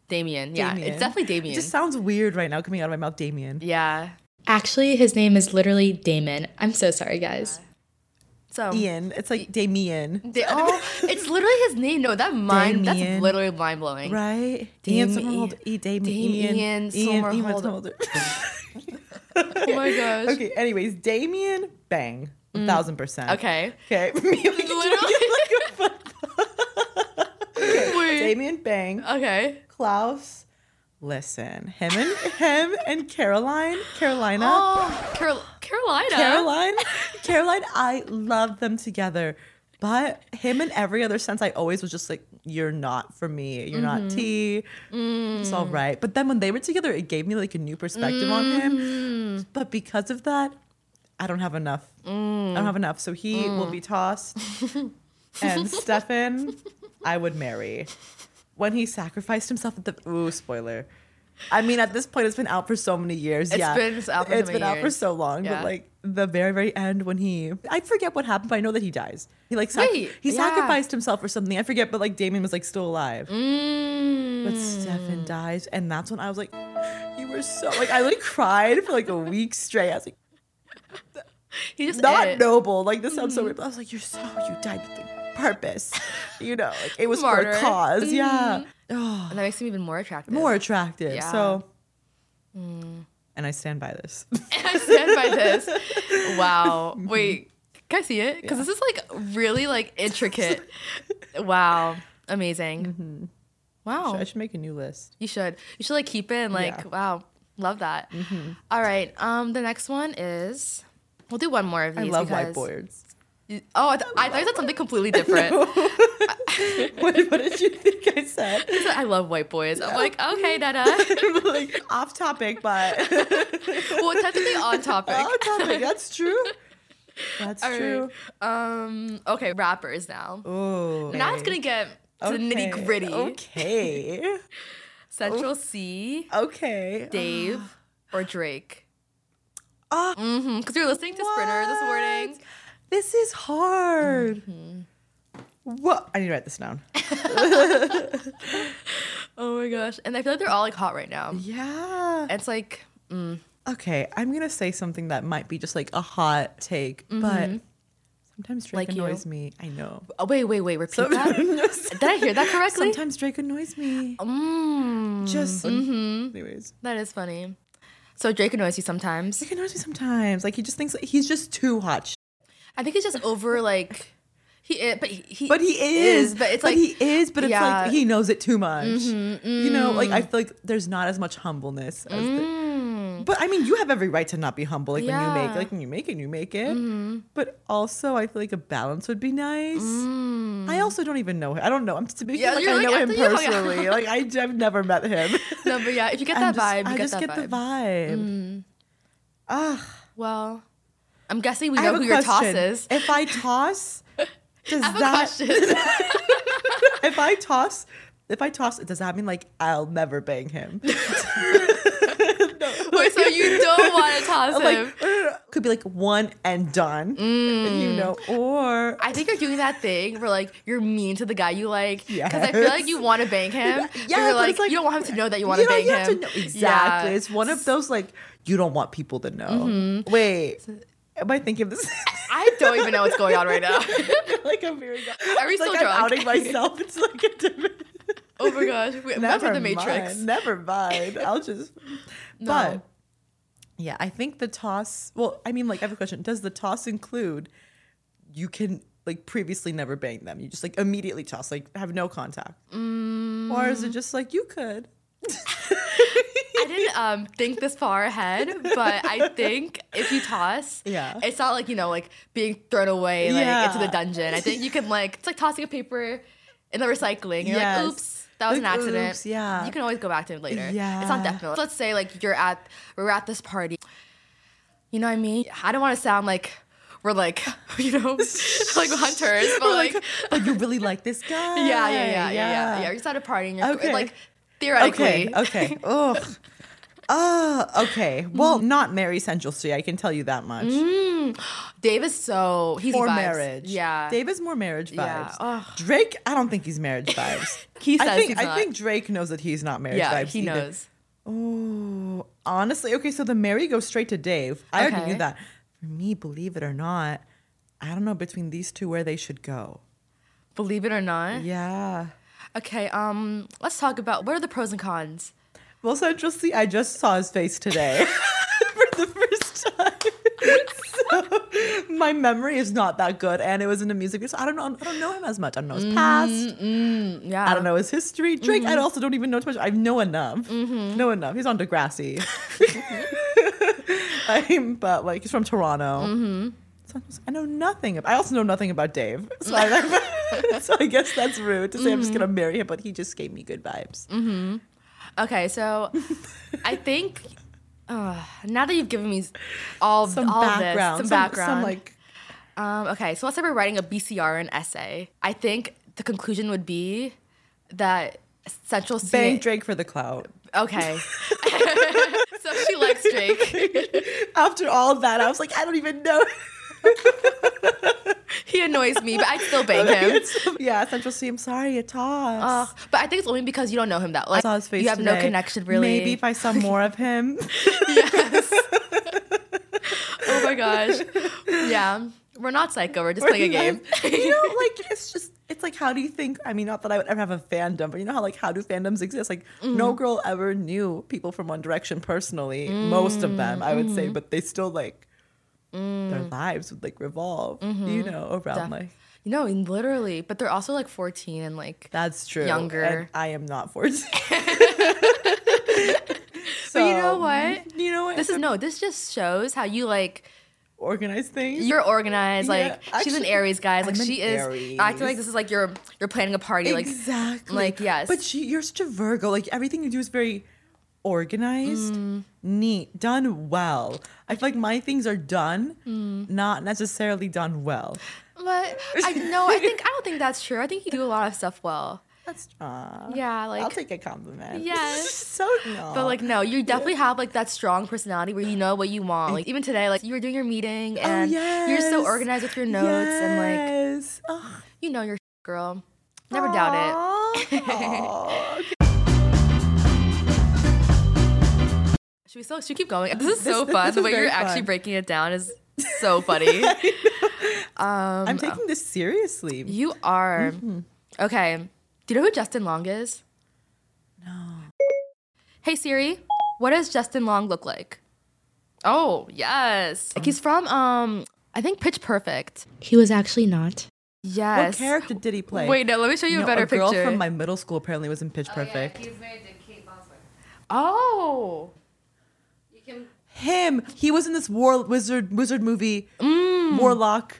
Speaker 2: Damien. Yeah,
Speaker 3: Damien.
Speaker 2: it's definitely Damien.
Speaker 3: It just sounds weird right now coming out of my mouth, Damien.
Speaker 2: yeah.
Speaker 1: Actually, his name is literally Damon. I'm so sorry, guys.
Speaker 2: So.
Speaker 3: Ian. It's like Damien.
Speaker 2: They, oh, it's literally his name. No, that mind. That's
Speaker 3: Damien.
Speaker 2: literally mind blowing.
Speaker 3: Right?
Speaker 2: Dame
Speaker 3: Ian Somerhalder.
Speaker 2: Ian-
Speaker 3: E, Dame,
Speaker 2: Dame
Speaker 3: Ian.
Speaker 2: Ian Somerhalder. Oh my gosh. Okay.
Speaker 3: okay, anyways, Damien, bang. A thousand percent.
Speaker 2: Okay.
Speaker 3: Okay. Literally.
Speaker 2: Wait.
Speaker 3: Damien, bang.
Speaker 2: Uh. Okay.
Speaker 3: Klaus, listen. Him and, him and Caroline. Carolina.
Speaker 2: Oh, Carol- Carolina.
Speaker 3: Caroline, Caroline, I love them together. But him in every other sense, I always was just like, you're not for me. You're
Speaker 2: Mm-hmm.
Speaker 3: not T. It's
Speaker 2: Mm.
Speaker 3: all right. But then when they were together, it gave me like a new perspective on
Speaker 2: Mm.
Speaker 3: him. But because of that, I don't have enough. I
Speaker 2: Mm.
Speaker 3: don't have enough. So he will be tossed. and Stefan, I would marry. When he sacrificed himself at the ooh, spoiler. I mean, at this point, it's been out for so many years.
Speaker 2: It's
Speaker 3: yeah,
Speaker 2: been out for so
Speaker 3: It's
Speaker 2: many
Speaker 3: been out for
Speaker 2: years.
Speaker 3: so long.
Speaker 2: Yeah.
Speaker 3: But like the very, very end, when he, I forget what happened, but I know that he dies. He like sac-
Speaker 2: Wait,
Speaker 3: he
Speaker 2: yeah.
Speaker 3: sacrificed himself or something. I forget, but like Damien was like still alive.
Speaker 2: Mm.
Speaker 3: But Stefan dies, and that's when I was like, "You were so like I like cried for like a week straight." I was like,
Speaker 2: He just
Speaker 3: "Not
Speaker 2: it. Mm-hmm.
Speaker 3: noble." Like this sounds so weird, but I was like, "You're so you died with like, purpose, you know? Like it was for
Speaker 2: Martyr.
Speaker 3: a cause, yeah." Oh,
Speaker 2: And that makes him even more attractive.
Speaker 3: more attractive.
Speaker 2: Yeah. Mm.
Speaker 3: So, and I stand by this.
Speaker 2: I stand by this. Wow. Wait, can I see it? Because this is like really like intricate. wow. Amazing. Wow.
Speaker 3: I Mm-hmm. should make a new list.
Speaker 2: You should. You should like keep it and like
Speaker 3: Yeah. Mm-hmm.
Speaker 2: wow. Love that. All right. Um the next one is we'll do one more of
Speaker 3: I
Speaker 2: these.
Speaker 3: love
Speaker 2: because-
Speaker 3: whiteboards.
Speaker 2: You- Oh, I, th- I thought you said something completely different.
Speaker 3: what, what did you think I said?
Speaker 2: You said, I love white boys. I'm like, okay, Dada.
Speaker 3: like off topic, but
Speaker 2: well, technically on topic.
Speaker 3: off topic. That's true. That's
Speaker 2: All
Speaker 3: true.
Speaker 2: right. Um. Okay, rappers now.
Speaker 3: Oh,
Speaker 2: Now it's gonna get to the nitty gritty.
Speaker 3: Okay.
Speaker 2: Central C,
Speaker 3: Okay.
Speaker 2: Dave, or Drake.
Speaker 3: Ah.
Speaker 2: Because we were listening to Sprinter this morning.
Speaker 3: This is hard.
Speaker 2: Mm-hmm.
Speaker 3: What? I need to write this down.
Speaker 2: Oh my gosh! And I feel like they're all like hot right now.
Speaker 3: Yeah.
Speaker 2: It's like
Speaker 3: Okay, I'm gonna say something that might be just like a hot take, but sometimes Drake
Speaker 2: Mm-hmm. Like you.
Speaker 3: annoys me. I know.
Speaker 2: Oh, wait, wait, wait. Repeat that. Did I hear that correctly?
Speaker 3: sometimes Drake annoys me.
Speaker 2: Mm,
Speaker 3: Just
Speaker 2: mm-hmm.
Speaker 3: anyways,
Speaker 2: that is funny. So Drake annoys you sometimes.
Speaker 3: Drake annoys me sometimes. Like he just thinks he's just too hot. sh-
Speaker 2: I think he's just over like he, i- but he, he
Speaker 3: But he is.
Speaker 2: but it's like
Speaker 3: he is. But it's
Speaker 2: yeah. Mm-hmm, mm.
Speaker 3: like he knows it too much. You know, like I feel like there's not as much humbleness. As the, but I mean, you have every right to not be humble. Like when you
Speaker 2: Yeah. Mm-hmm.
Speaker 3: make, like when you make it, you make it. But also, I feel like a balance would be nice. I also don't even know him. I don't know. I'm to be
Speaker 2: Mm. Yeah,
Speaker 3: like
Speaker 2: you're
Speaker 3: I
Speaker 2: like,
Speaker 3: know
Speaker 2: I
Speaker 3: him
Speaker 2: thought you hung out.
Speaker 3: personally. like I, have never met him.
Speaker 2: no, but yeah, if you get
Speaker 3: I'm
Speaker 2: that
Speaker 3: just-
Speaker 2: vibe, you
Speaker 3: I
Speaker 2: get that
Speaker 3: just get
Speaker 2: vibe. Mm.
Speaker 3: the vibe. Ah.
Speaker 2: Well, I'm guessing we
Speaker 3: I have
Speaker 2: know
Speaker 3: a
Speaker 2: who your
Speaker 3: question.
Speaker 2: toss is.
Speaker 3: If I toss, does
Speaker 2: I have a
Speaker 3: that
Speaker 2: question.
Speaker 3: if I toss if I toss, does that mean like I'll never bang him?
Speaker 2: Wait, so you don't want to toss
Speaker 3: I'm like,
Speaker 2: him?
Speaker 3: could be like one and done, you know, or
Speaker 2: Mm. I think you're doing that thing where like you're mean to the guy you like because I feel like
Speaker 3: Yes.
Speaker 2: you want to bang him. but
Speaker 3: Yeah,
Speaker 2: you're
Speaker 3: but
Speaker 2: like,
Speaker 3: it's like-
Speaker 2: you don't want him to know that you want
Speaker 3: you
Speaker 2: to
Speaker 3: don't
Speaker 2: bang
Speaker 3: you have
Speaker 2: him.
Speaker 3: to know exactly.
Speaker 2: Yeah.
Speaker 3: It's one of those like you don't want people to know. Wait, am I thinking of this?
Speaker 2: Mm-hmm. I don't even know what's going on right now.
Speaker 3: like I'm very.
Speaker 2: Are we
Speaker 3: it's like
Speaker 2: still
Speaker 3: I'm
Speaker 2: drunk?
Speaker 3: outing myself. It's like a different.
Speaker 2: oh my gosh, we back to the Matrix.
Speaker 3: Mind. Never mind. I'll just. But yeah, I think the toss. Well, I mean, like, I have a question. Does the toss include you can like previously never bang them? You just like immediately
Speaker 2: Mm.
Speaker 3: toss, like have no contact, or is it just like you could?
Speaker 2: I didn't um, think this far ahead, but I think if you toss,
Speaker 3: Yeah.
Speaker 2: it's not like you know, like being thrown away like
Speaker 3: Yeah.
Speaker 2: into the dungeon. I think you can like it's like tossing a paper in the recycling. You're
Speaker 3: Yes.
Speaker 2: like, oops, that was
Speaker 3: Like,
Speaker 2: an accident.
Speaker 3: oops, yeah.
Speaker 2: you can always go back to it later. it's
Speaker 3: Yeah.
Speaker 2: not death penalty. Let's say like you're at we're at this party. You know what I mean? I don't want to sound like we're like you know like hunters, but
Speaker 3: We're like,
Speaker 2: like
Speaker 3: but you really like this guy.
Speaker 2: yeah, yeah, yeah, yeah, yeah, yeah. You're just at a party and you're
Speaker 3: Okay.
Speaker 2: like theoretically.
Speaker 3: Okay, okay. Ugh. Uh, okay. Well, not marry Central Street. I can tell you that much.
Speaker 2: Dave is so he's
Speaker 3: More
Speaker 2: vibes.
Speaker 3: marriage.
Speaker 2: Yeah.
Speaker 3: Dave is more marriage vibes.
Speaker 2: Yeah. Ugh.
Speaker 3: Drake, I don't think he's marriage vibes.
Speaker 2: He says
Speaker 3: I think
Speaker 2: he's
Speaker 3: I
Speaker 2: not.
Speaker 3: think Drake knows that he's not marriage
Speaker 2: yeah,
Speaker 3: vibes.
Speaker 2: he
Speaker 3: either.
Speaker 2: knows.
Speaker 3: Oh, honestly, okay. So the Mary goes straight to Dave. I already
Speaker 2: Okay.
Speaker 3: knew that. For me, believe it or not, I don't know between these two where they should go.
Speaker 2: Believe it or not.
Speaker 3: Yeah.
Speaker 2: Okay, um, let's talk about what are the pros and cons.
Speaker 3: Well, Central C, I just saw his face today for the first time. so my memory is not that good, and it was in a music video. So I don't know. I don't know him as much. I don't know his
Speaker 2: Mm,
Speaker 3: past.
Speaker 2: Yeah.
Speaker 3: I don't know his history. Drake,
Speaker 2: mm-hmm.
Speaker 3: I also don't even know too much. I know enough. Know enough. He's on Degrassi. I'm, but like he's from Toronto.
Speaker 2: Mm-hmm.
Speaker 3: So I'm just like, I know nothing. ab- I also know nothing about Dave. So I, like, so I guess that's rude to say I'm just
Speaker 2: Mm-hmm.
Speaker 3: gonna marry him, but he just gave me good vibes.
Speaker 2: Okay, so I think uh, now that you've given me all
Speaker 3: Some
Speaker 2: all of this,
Speaker 3: background.
Speaker 2: some,
Speaker 3: some
Speaker 2: background,
Speaker 3: Some like
Speaker 2: Um, okay, so let's say we're writing a BCR and essay. I think the conclusion would be that Central C.
Speaker 3: bang Drake for the clout.
Speaker 2: Okay. so she likes Drake.
Speaker 3: After all that, I was like, I don't even know.
Speaker 2: He annoys me, but I still bang him.
Speaker 3: yeah, Central C. I'm sorry, it tossed.
Speaker 2: Uh, but I think it's only because you don't know him that. Like,
Speaker 3: I saw his face.
Speaker 2: You have no
Speaker 3: today.
Speaker 2: connection, really.
Speaker 3: Maybe if I saw more of him.
Speaker 2: yes. oh my gosh. Yeah. We're not psycho. We're just playing a game.
Speaker 3: you know, like it's just it's like how do you think? I mean, not that I would ever have a fandom, but you know how like how do fandoms exist? Like
Speaker 2: Mm.
Speaker 3: no girl ever knew people from One Direction personally. Most of them, I would say,
Speaker 2: Mm-hmm.
Speaker 3: but they still like their
Speaker 2: Mm.
Speaker 3: lives would like revolve, you
Speaker 2: Mm-hmm.
Speaker 3: know, around like
Speaker 2: you know, and literally. But they're also like 14 and like.
Speaker 3: that's true.
Speaker 2: Younger.
Speaker 3: and I am not fourteen.
Speaker 2: but you know
Speaker 3: So,
Speaker 2: what?
Speaker 3: You know what?
Speaker 2: This is no, this just shows how you like,
Speaker 3: organize things.
Speaker 2: you're organized.
Speaker 3: Yeah,
Speaker 2: Like, she's an
Speaker 3: actually,
Speaker 2: Aries, guys. Like,
Speaker 3: I'm an
Speaker 2: she is acting like
Speaker 3: Aries.
Speaker 2: this is like you're you're planning a party. Like,
Speaker 3: exactly.
Speaker 2: like, yes.
Speaker 3: But she, you're such a Virgo. Like everything you do is very organized,
Speaker 2: Mm.
Speaker 3: neat, done well. I feel like my things are done,
Speaker 2: Mm.
Speaker 3: not necessarily done well.
Speaker 2: but I no, I think, I don't think that's true. I think you do a lot of stuff well.
Speaker 3: That's uh,
Speaker 2: Yeah. Like,
Speaker 3: I'll take a compliment.
Speaker 2: Yes.
Speaker 3: so no.
Speaker 2: But like no, you definitely have like that strong personality where you know what you want. Like even today, like you were doing your meeting
Speaker 3: Oh,
Speaker 2: and you're so organized with your notes and like
Speaker 3: and like
Speaker 2: you know your girl. Never doubt it. Should we still should we keep going? This is so
Speaker 3: this-
Speaker 2: fun.
Speaker 3: this
Speaker 2: the
Speaker 3: is
Speaker 2: way
Speaker 3: very
Speaker 2: you're actually
Speaker 3: fun.
Speaker 2: breaking it down is so funny. Um,
Speaker 3: I'm taking this seriously.
Speaker 2: you are
Speaker 3: Mm-hmm.
Speaker 2: okay. Do you know who Justin Long is? No. Hey Siri, what does Justin Long look like? Oh yes, like he's from um I think Pitch Perfect.
Speaker 1: He was actually not.
Speaker 2: Yes.
Speaker 3: What character did he play?
Speaker 2: Wait, no, let me show you
Speaker 3: No,
Speaker 2: a better
Speaker 3: a girl
Speaker 2: picture.
Speaker 3: from my middle school apparently was in Pitch Perfect.
Speaker 4: Yeah, he's married to Kate Bosworth.
Speaker 2: oh.
Speaker 4: You can
Speaker 3: Him, he was in this war wizard wizard movie, Warlock.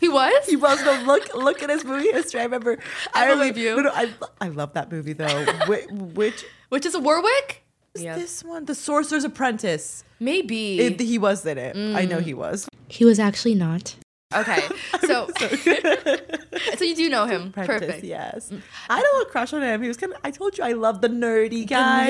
Speaker 2: He was?
Speaker 3: Mm. He was the look look at his movie history. I remember.
Speaker 2: I
Speaker 3: remember-
Speaker 2: believe you.
Speaker 3: No, no, I I love that movie though. Which, which
Speaker 2: Which is a Warwick?
Speaker 3: is
Speaker 2: Yeah.
Speaker 3: this one? The Sorcerer's Apprentice.
Speaker 2: Maybe.
Speaker 3: It, he Mm. was in it. I know he was.
Speaker 1: He was actually not.
Speaker 2: okay. So So you do know him.
Speaker 3: Apprentice,
Speaker 2: Perfect.
Speaker 3: yes. Mm. I had a little crush on him. He was kind of. I told you, I love the nerdy guy.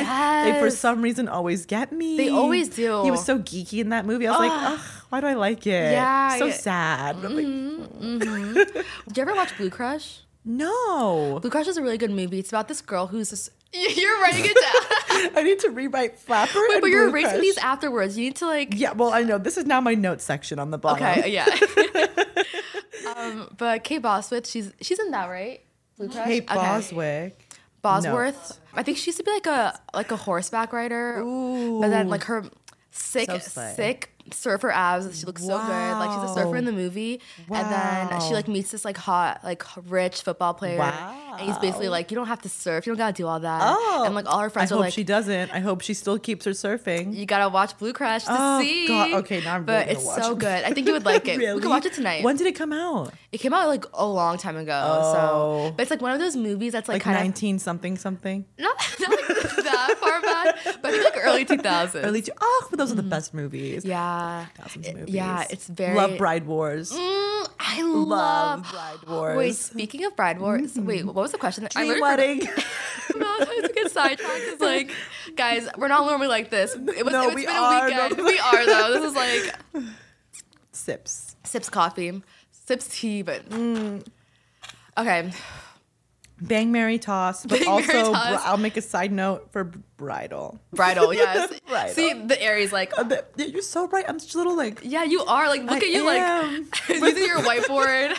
Speaker 3: They for
Speaker 2: yes.
Speaker 3: some reason always get me.
Speaker 2: They always do.
Speaker 3: He was so geeky in that movie. I was like, Ugh, why do I like it?
Speaker 2: Yeah,
Speaker 3: so
Speaker 2: yeah.
Speaker 3: sad. But I'm like, Mm-hmm.
Speaker 2: Did you ever watch Blue Crush?
Speaker 3: no,
Speaker 2: Blue Crush is a really good movie. It's about this girl who's just you're writing it down.
Speaker 3: I need to rewrite Flapper.
Speaker 2: Wait,
Speaker 3: and
Speaker 2: but you're
Speaker 3: Blue
Speaker 2: erasing
Speaker 3: Crush.
Speaker 2: these afterwards. You need to like
Speaker 3: Yeah, well, I know this is now my notes section on the bottom.
Speaker 2: Okay, uh, yeah. um, but Kate Bosworth, she's she's in that, right? Blue Crush?
Speaker 3: Hey,
Speaker 2: Okay.
Speaker 3: Boswick.
Speaker 2: Bosworth. I think she used to be like a like a horseback rider. But then like her sick
Speaker 3: So slay.
Speaker 2: sick surfer abs. She looks so good. Like she's a surfer in
Speaker 3: Wow.
Speaker 2: the movie, and then she
Speaker 3: Wow.
Speaker 2: like meets this like hot, like rich football player, and he's basically
Speaker 3: Wow.
Speaker 2: like, you don't have to surf. You don't gotta do all that.
Speaker 3: Oh,
Speaker 2: and like all her friends are
Speaker 3: I hope
Speaker 2: like,
Speaker 3: she doesn't. I hope she still keeps her surfing.
Speaker 2: you gotta watch Blue Crush to
Speaker 3: Oh,
Speaker 2: see.
Speaker 3: God. Okay, now I'm really
Speaker 2: but
Speaker 3: gonna
Speaker 2: it's
Speaker 3: watch
Speaker 2: so
Speaker 3: it.
Speaker 2: good. I think you would like it. We
Speaker 3: Really?
Speaker 2: can watch it tonight.
Speaker 3: When did it come out?
Speaker 2: It came out like a long time ago.
Speaker 3: Oh.
Speaker 2: So, but it's like one of those movies that's like,
Speaker 3: Like
Speaker 2: kind of
Speaker 3: nineteen something something.
Speaker 2: not, not like that far back, but I think, like early 2000s.
Speaker 3: Early. two- Oh, but those are the best movies.
Speaker 2: yeah.
Speaker 3: 2000s movies.
Speaker 2: Yeah, it's very
Speaker 3: Love Bride Wars.
Speaker 2: Mm, I
Speaker 3: Love
Speaker 2: love,
Speaker 3: Bride Wars. Mm-hmm.
Speaker 2: Wait, speaking of Bride Wars, wait, what was the question? I
Speaker 3: Dream
Speaker 2: literally
Speaker 3: wedding.
Speaker 2: forgot- No, that was a good sidetrack. It's like, guys, we're not normally like this. It was,
Speaker 3: No,
Speaker 2: it's
Speaker 3: we
Speaker 2: been
Speaker 3: are,
Speaker 2: a weekend.
Speaker 3: no.
Speaker 2: We are though. This is like
Speaker 3: Sips.
Speaker 2: sips coffee, sips tea, but
Speaker 3: Mm.
Speaker 2: okay.
Speaker 3: Bang Mary Toss. But
Speaker 2: Bang,
Speaker 3: also,
Speaker 2: marry,
Speaker 3: bri-
Speaker 2: toss.
Speaker 3: I'll make a side note for b- bridal.
Speaker 2: Bridal, yes.
Speaker 3: Bridal.
Speaker 2: See, the Aries like,
Speaker 3: Uh, but You're so right. I'm just a little like.
Speaker 2: yeah, you are like, look
Speaker 3: I
Speaker 2: at you
Speaker 3: am.
Speaker 2: like using your whiteboard.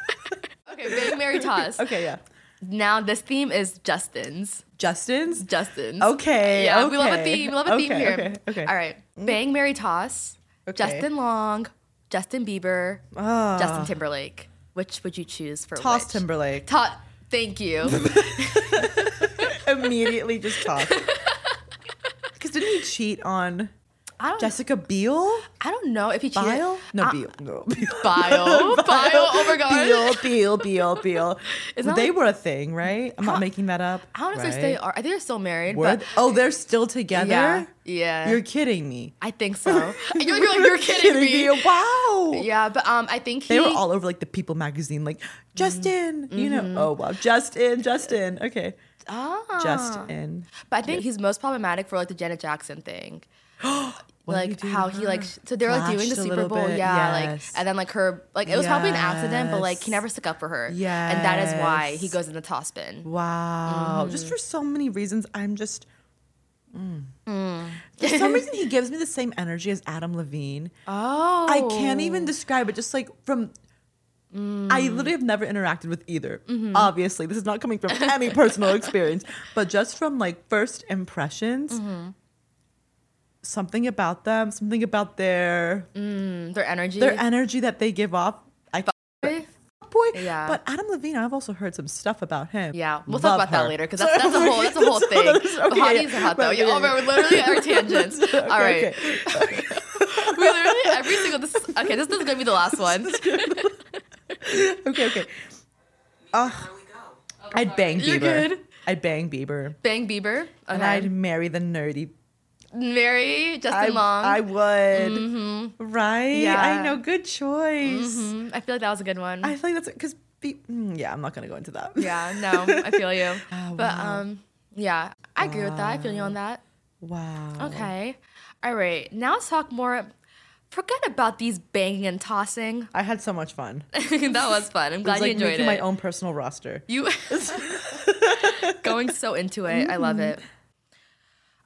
Speaker 2: okay, big Mary toss.
Speaker 3: Okay, yeah.
Speaker 2: Now this theme is Justin's.
Speaker 3: Justin's.
Speaker 2: Justin's.
Speaker 3: Okay.
Speaker 2: Yeah,
Speaker 3: okay.
Speaker 2: we love a theme. We love a
Speaker 3: okay,
Speaker 2: theme here.
Speaker 3: Okay. Okay. Mm.
Speaker 2: All right. Bang, Mary, toss.
Speaker 3: Okay.
Speaker 2: Justin Long, Justin Bieber,
Speaker 3: Ah.
Speaker 2: Justin Timberlake. Which would you choose for
Speaker 3: Toss
Speaker 2: which?
Speaker 3: Timberlake.
Speaker 2: Ta- thank you.
Speaker 3: Immediately just toss. Because didn't he cheat on
Speaker 2: I don't.
Speaker 3: Jessica Biel?
Speaker 2: I don't know if he cheated.
Speaker 3: Bile? No,
Speaker 2: I-
Speaker 3: Biel. No, Biel.
Speaker 2: Ah, Bile. Bile. Oh my
Speaker 3: Biel,
Speaker 2: god.
Speaker 3: Biel, Biel, Biel.
Speaker 2: It's not
Speaker 3: they
Speaker 2: like-
Speaker 3: were a thing, right? I'm
Speaker 2: How-
Speaker 3: not making that up.
Speaker 2: I don't know
Speaker 3: right?
Speaker 2: if they are. I think they're still married,
Speaker 3: Were
Speaker 2: but
Speaker 3: they- oh, they're still together?
Speaker 2: yeah, yeah.
Speaker 3: You're kidding me.
Speaker 2: I think so. And you're, you're, you're kidding, me.
Speaker 3: Wow.
Speaker 2: Yeah, but um, I think he.
Speaker 3: They were all over like the People magazine, like Justin, you
Speaker 2: Mm-hmm.
Speaker 3: know. Oh wow, Justin, Justin. Okay,
Speaker 2: Ah.
Speaker 3: Justin.
Speaker 2: But I think he's most problematic for like the Janet Jackson thing.
Speaker 3: What did he
Speaker 2: like
Speaker 3: do to
Speaker 2: how he like
Speaker 3: her?
Speaker 2: sh- so they're like doing the
Speaker 3: Flashed a
Speaker 2: Super
Speaker 3: little
Speaker 2: Bowl,
Speaker 3: bit,
Speaker 2: yeah,
Speaker 3: yes.
Speaker 2: like and then like her like it was probably an accident, but like he
Speaker 3: Yes.
Speaker 2: never stuck up for her, and that is why he
Speaker 3: Yes.
Speaker 2: goes in the toss bin.
Speaker 3: Wow.
Speaker 2: Mm-hmm.
Speaker 3: Just for so many reasons, I'm just. Mm. For some reason, he gives me the same energy as Adam Levine.
Speaker 2: Oh, Mm.
Speaker 3: I can't even describe it. Just like from, I literally have never interacted with either.
Speaker 2: Mm-hmm.
Speaker 3: Obviously, this is not coming from any personal experience, but just from like first impressions,
Speaker 2: Mm-hmm.
Speaker 3: something about them, something about their
Speaker 2: Mm, their energy.
Speaker 3: their e-, energy that they give off. I "Oh, boy,
Speaker 2: Yeah.
Speaker 3: But Adam Levine, I've also heard some stuff about him.
Speaker 2: yeah, we'll
Speaker 3: Love
Speaker 2: talk about that
Speaker 3: her.
Speaker 2: later because that's, that's a whole that's a whole
Speaker 3: That's-
Speaker 2: thing.
Speaker 3: that's- okay, yeah.
Speaker 2: Hotties and hot though.
Speaker 3: Right,
Speaker 2: Yeah,
Speaker 3: yeah,
Speaker 2: all right,
Speaker 3: yeah.
Speaker 2: we're literally at our tangents.
Speaker 3: Okay,
Speaker 2: all right,
Speaker 3: okay.
Speaker 2: we literally every single this is okay. This, is gonna be the last one.
Speaker 3: okay, okay. Ugh, I'd bang
Speaker 2: You're
Speaker 3: Bieber.
Speaker 2: good.
Speaker 3: I'd bang Bieber.
Speaker 2: Bang Bieber, okay.
Speaker 3: And I'd marry the nerdy.
Speaker 2: marry Justin
Speaker 3: I,
Speaker 2: Long.
Speaker 3: I would. Right?
Speaker 2: Mm-hmm. Yeah.
Speaker 3: I know. Good choice.
Speaker 2: Mhm. I feel like that was a good one.
Speaker 3: I feel like that's because. Be- mm, yeah, I'm not gonna go into that.
Speaker 2: yeah, no, I feel you.
Speaker 3: Ah,
Speaker 2: But
Speaker 3: wow.
Speaker 2: um, yeah, I agree with that. I feel you on that.
Speaker 3: Wow.
Speaker 2: Okay, all right. Now let's talk more. Forget about these banging and tossing.
Speaker 3: I had so much fun. It
Speaker 2: that was fun. I'm glad
Speaker 3: was like
Speaker 2: you enjoyed
Speaker 3: making
Speaker 2: it.
Speaker 3: my own personal roster.
Speaker 2: You going so into it. I love it.
Speaker 3: Mm-hmm.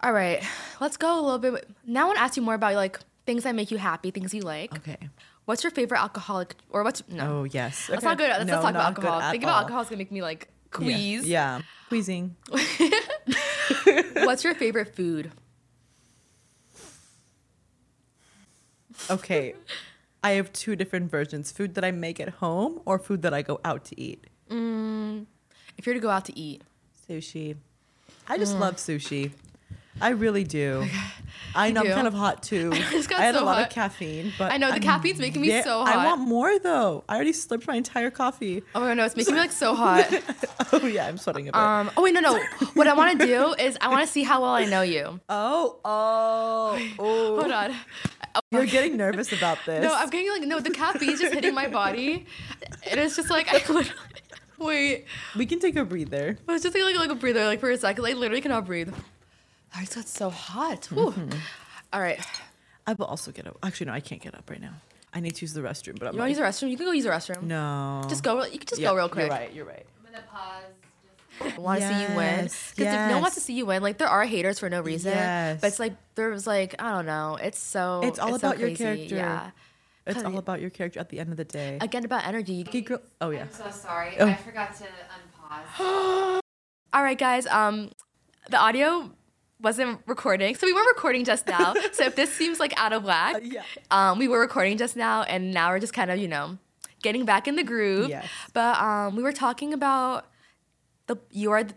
Speaker 2: All right, let's go a little bit. with- Now I want to ask you more about like things that make you happy, things you like.
Speaker 3: Okay.
Speaker 2: What's your favorite alcoholic or what's no?
Speaker 3: Oh yes.
Speaker 2: Let's not go. Let's
Speaker 3: No,
Speaker 2: not talk about
Speaker 3: good
Speaker 2: alcohol.
Speaker 3: at
Speaker 2: Think about
Speaker 3: all.
Speaker 2: alcohol is gonna make me like
Speaker 3: Yeah.
Speaker 2: queeze.
Speaker 3: Yeah. Queasing.
Speaker 2: What's your favorite food?
Speaker 3: Okay. I have two different versions food that I make at home or food that I go out to eat.
Speaker 2: If you're to go out to eat,
Speaker 3: Sushi. I just
Speaker 2: Mm.
Speaker 3: love sushi. I really do. I know
Speaker 2: do.
Speaker 3: I'm kind of hot too.
Speaker 2: just got
Speaker 3: I had
Speaker 2: so
Speaker 3: a lot
Speaker 2: hot.
Speaker 3: of caffeine, but
Speaker 2: I know the
Speaker 3: I'm
Speaker 2: caffeine's making me
Speaker 3: ve-
Speaker 2: so hot.
Speaker 3: I want more though. I already slurped my entire coffee.
Speaker 2: oh my god, no, it's making me like so hot.
Speaker 3: Oh yeah, I'm sweating a bit.
Speaker 2: Um, oh wait, no, no. What I want to do is I want to see how well I know you.
Speaker 3: oh, oh, oh.
Speaker 2: Hold on.
Speaker 3: You're getting nervous about this.
Speaker 2: No, I'm getting like no. The caffeine's just hitting my body, and it's just like I literally wait.
Speaker 3: we can take a breather.
Speaker 2: I was just taking like, like a breather like for a second. I literally cannot breathe. I just got so hot. Whew. All right,
Speaker 3: I will also get up. Actually, no, I can't get up right now. I need to use the restroom, but I'm
Speaker 2: you want to
Speaker 3: like,
Speaker 2: use the restroom? You can go use the restroom.
Speaker 3: no.
Speaker 2: Just go. You can just
Speaker 3: Yeah,
Speaker 2: go real quick.
Speaker 3: You're right. You're right.
Speaker 4: I'm gonna pause.
Speaker 2: I want to see you win
Speaker 3: Yes,
Speaker 2: because if no one wants to
Speaker 3: yes.
Speaker 2: see you win, like there are haters for no reason.
Speaker 3: Yes.
Speaker 2: But it's like there was like I don't know. Oh, It's so
Speaker 3: It's all
Speaker 2: so
Speaker 3: about your
Speaker 2: crazy,
Speaker 3: character.
Speaker 2: Yeah.
Speaker 3: It's
Speaker 2: Cause-
Speaker 3: all about your character at the end of the day.
Speaker 2: Again about energy.
Speaker 3: Geek girl- Oh yeah.
Speaker 4: I'm so sorry.
Speaker 3: Oh.
Speaker 4: I forgot to unpause.
Speaker 2: All right, guys. Um, the audio wasn't recording. So we were recording just now. so if this seems like out of whack,
Speaker 3: Uh, yeah.
Speaker 2: um, we were recording just now, and now we're just kind of, you know, getting back in the groove.
Speaker 3: Yes.
Speaker 2: But um, we were talking about the you are the,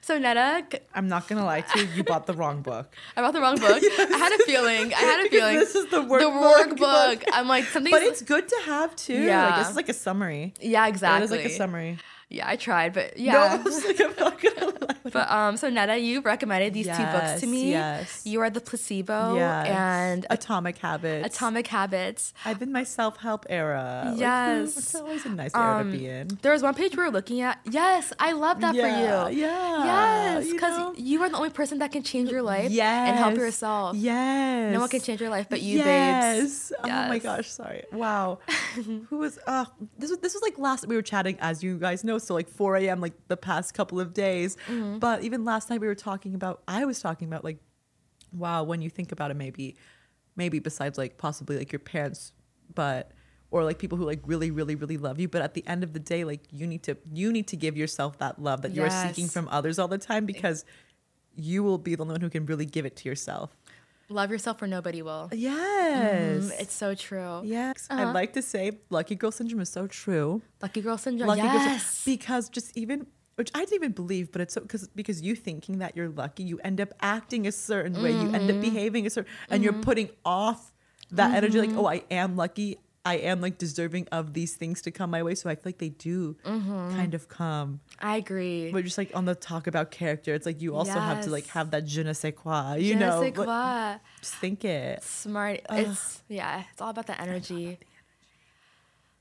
Speaker 2: so Netta. c-
Speaker 3: I'm not gonna lie to you. You bought the wrong book.
Speaker 2: I bought the wrong book. I had a feeling. I had a
Speaker 3: Because
Speaker 2: feeling.
Speaker 3: This is the workbook.
Speaker 2: the workbook. I'm like something's.
Speaker 3: But it's good to have too.
Speaker 2: Yeah.
Speaker 3: Like this is like a summary.
Speaker 2: yeah,
Speaker 3: That
Speaker 2: exactly.
Speaker 3: is like a summary.
Speaker 2: Yeah, I tried, but yeah.
Speaker 3: No, I was like, I'm not gonna lie.
Speaker 2: But um, so Netta, you recommended these two books
Speaker 3: Yes,
Speaker 2: to me.
Speaker 3: yes.
Speaker 2: You are the placebo
Speaker 3: Yes.
Speaker 2: Oh, and
Speaker 3: Atomic Habits.
Speaker 2: Atomic Habits.
Speaker 3: I've been my self help era. Like,
Speaker 2: Yes.
Speaker 3: it's always a nice era to be in.
Speaker 2: There was one page we were looking at. Yes, I love that
Speaker 3: yeah,
Speaker 2: for you.
Speaker 3: Yeah.
Speaker 2: Yes,
Speaker 3: you know?
Speaker 2: because you, are the only person that can change your life and help
Speaker 3: Yes,
Speaker 2: yourself.
Speaker 3: Yes.
Speaker 2: No one can change your life but you, babes.
Speaker 3: yes. Oh my
Speaker 2: Yes.
Speaker 3: gosh, sorry. Wow. Who was uh this was this was like last we were chatting as you guys know, so like 4 a.m. like the past couple of days.
Speaker 2: Mm-hmm.
Speaker 3: But even last night we were talking about I was talking about like wow, when you think about it maybe maybe besides like possibly like your parents, but or like people who like really really really love you but at the end of the day like you need to you need to give yourself that love that you're seeking
Speaker 2: Yes.
Speaker 3: from others all the time because you will be the one who can really give it to yourself
Speaker 2: Love yourself or nobody will.
Speaker 3: Yes.
Speaker 2: Mm, it's so true.
Speaker 3: yes.
Speaker 2: Uh-huh.
Speaker 3: I'd like to say lucky girl syndrome is so true.
Speaker 2: Lucky girl syndrome.
Speaker 3: Lucky girl syndrome-
Speaker 2: Oh, yes.
Speaker 3: because just even which I didn't even believe, but it's so because because you thinking that you're lucky, you end up acting a certain way, you end
Speaker 2: Mm-hmm.
Speaker 3: up behaving a certain, and you're putting off that energy
Speaker 2: Mm-hmm.
Speaker 3: like, oh, I am lucky, I am like deserving of these things to come my way. So I feel like they do
Speaker 2: Mm-hmm.
Speaker 3: kind of come.
Speaker 2: I agree.
Speaker 3: But just like on the talk about character, it's like you also have to like
Speaker 2: Yes.
Speaker 3: have that je ne sais quoi, you
Speaker 2: Je ne
Speaker 3: know,
Speaker 2: sais
Speaker 3: but
Speaker 2: quoi.
Speaker 3: just think it.
Speaker 2: smart. It's yeah, it's all about the energy.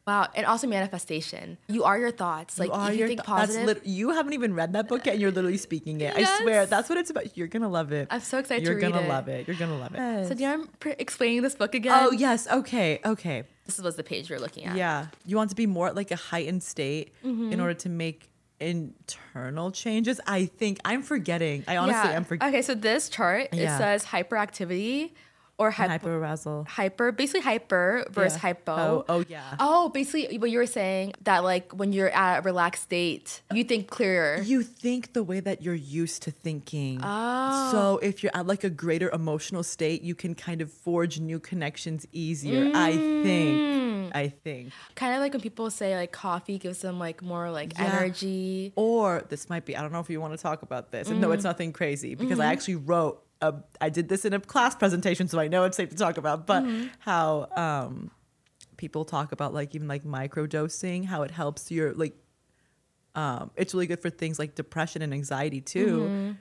Speaker 2: Wow, and also manifestation. You are your thoughts. Like
Speaker 3: are
Speaker 2: if you
Speaker 3: your
Speaker 2: think
Speaker 3: th- that's
Speaker 2: positive.
Speaker 3: lit- you haven't even read that book yet, and you're literally speaking it.
Speaker 2: Yes.
Speaker 3: I swear, that's what it's about. You're gonna love it.
Speaker 2: I'm so excited to
Speaker 3: You're
Speaker 2: read
Speaker 3: gonna
Speaker 2: it.
Speaker 3: love it. You're gonna love it.
Speaker 2: so do you remember pr- explaining this book again?
Speaker 3: oh yes. Okay. Okay.
Speaker 2: This was the page we were looking
Speaker 3: Yeah.
Speaker 2: at.
Speaker 3: You want to be more at like a heightened state
Speaker 2: Mm-hmm.
Speaker 3: in order to make internal changes. I think I'm forgetting. I honestly
Speaker 2: Yeah.
Speaker 3: am forgetting.
Speaker 2: okay, so this chart it
Speaker 3: Yeah.
Speaker 2: says hyperactivity or hyper,
Speaker 3: Hyper arousal.
Speaker 2: hyper basically hyper versus
Speaker 3: Yeah.
Speaker 2: hypo.
Speaker 3: Oh, oh, yeah.
Speaker 2: Oh, basically what you were saying that like when you're at a relaxed state, you think clearer.
Speaker 3: You think the way that you're used to thinking. Oh. So if you're at like a greater emotional state, you can kind of forge new connections easier. I think. I think.
Speaker 2: Kind of like when people say like coffee gives them like more like
Speaker 3: Yeah.
Speaker 2: energy.
Speaker 3: Or this might be, I don't know if you want to talk about this. And no, it's nothing crazy because I actually wrote, a, I did this in a class presentation, so I know it's safe to talk about, but how um, people talk about like even like microdosing, how it helps your, like, um, it's really good for things like depression and anxiety too.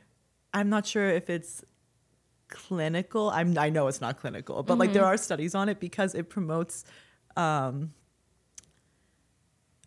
Speaker 3: I'm not sure if it's clinical. I'm, I know it's not clinical, but like there
Speaker 2: Mm-hmm.
Speaker 3: are studies on it because it promotes um,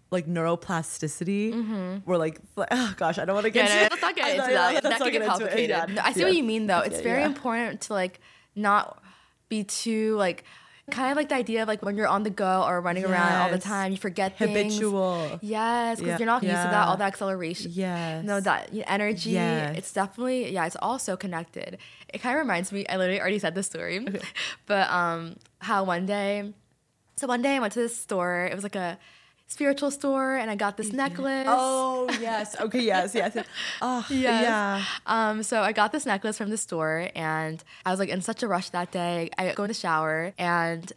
Speaker 3: like neuroplasticity where like fl- oh gosh i don't want to
Speaker 2: Mm-hmm. Yeah,
Speaker 3: get
Speaker 2: no,
Speaker 3: into-
Speaker 2: let's not get
Speaker 3: I know,
Speaker 2: into
Speaker 3: yeah,
Speaker 2: that.
Speaker 3: let's
Speaker 2: that
Speaker 3: not
Speaker 2: could get
Speaker 3: get into it.
Speaker 2: complicated.
Speaker 3: Yeah.
Speaker 2: No, I see
Speaker 3: Yeah.
Speaker 2: what you mean, though. It's
Speaker 3: Yeah,
Speaker 2: very
Speaker 3: yeah.
Speaker 2: important to like not be too like kind of like the idea of like when you're on the go or running around all the
Speaker 3: Yes.
Speaker 2: time, you forget
Speaker 3: Habitual.
Speaker 2: things. Yes, because
Speaker 3: Yeah.
Speaker 2: you're not used to that all
Speaker 3: Yeah.
Speaker 2: the acceleration.
Speaker 3: Yes.
Speaker 2: no, that y- energy.
Speaker 3: Yes.
Speaker 2: It's definitely yeah. It's also connected. It kind of reminds me. I literally already said this story, but um, how one day, so one day I went to this store. It was like a spiritual store, and I got this necklace.
Speaker 3: Mm-hmm. oh yes okay yes yes yes. oh
Speaker 2: Yes.
Speaker 3: yeah
Speaker 2: Um, so I got this necklace from the store and I was like in such a rush that day. I go in the shower and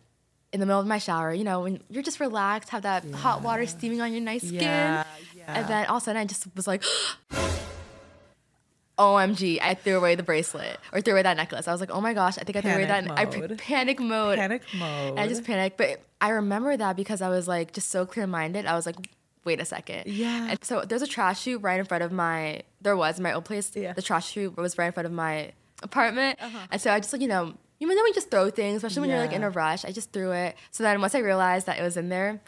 Speaker 2: in the middle of my shower, you know, when you're just relaxed, have that hot water steaming on your nice skin.
Speaker 3: Yeah,
Speaker 2: And
Speaker 3: yeah.
Speaker 2: then all of a sudden I just was like OMG, I threw away the bracelet or threw away that necklace. I was like, oh my gosh, I think I threw away that.
Speaker 3: Panic
Speaker 2: I p-
Speaker 3: mode.
Speaker 2: panic mode.
Speaker 3: panic mode
Speaker 2: And I just panicked. But I remember that because I was like just so clear minded. I was like, wait a second.
Speaker 3: Yeah.
Speaker 2: And so there's a trash chute right in front of my, there was my old place.
Speaker 3: Yeah. Uh-huh.
Speaker 2: The trash chute was right in front of my apartment. And so I just like, you know, you know, when you just throw things, especially when you're like in
Speaker 3: Yeah.
Speaker 2: a rush. I just threw it. So then once I realized that it was in there,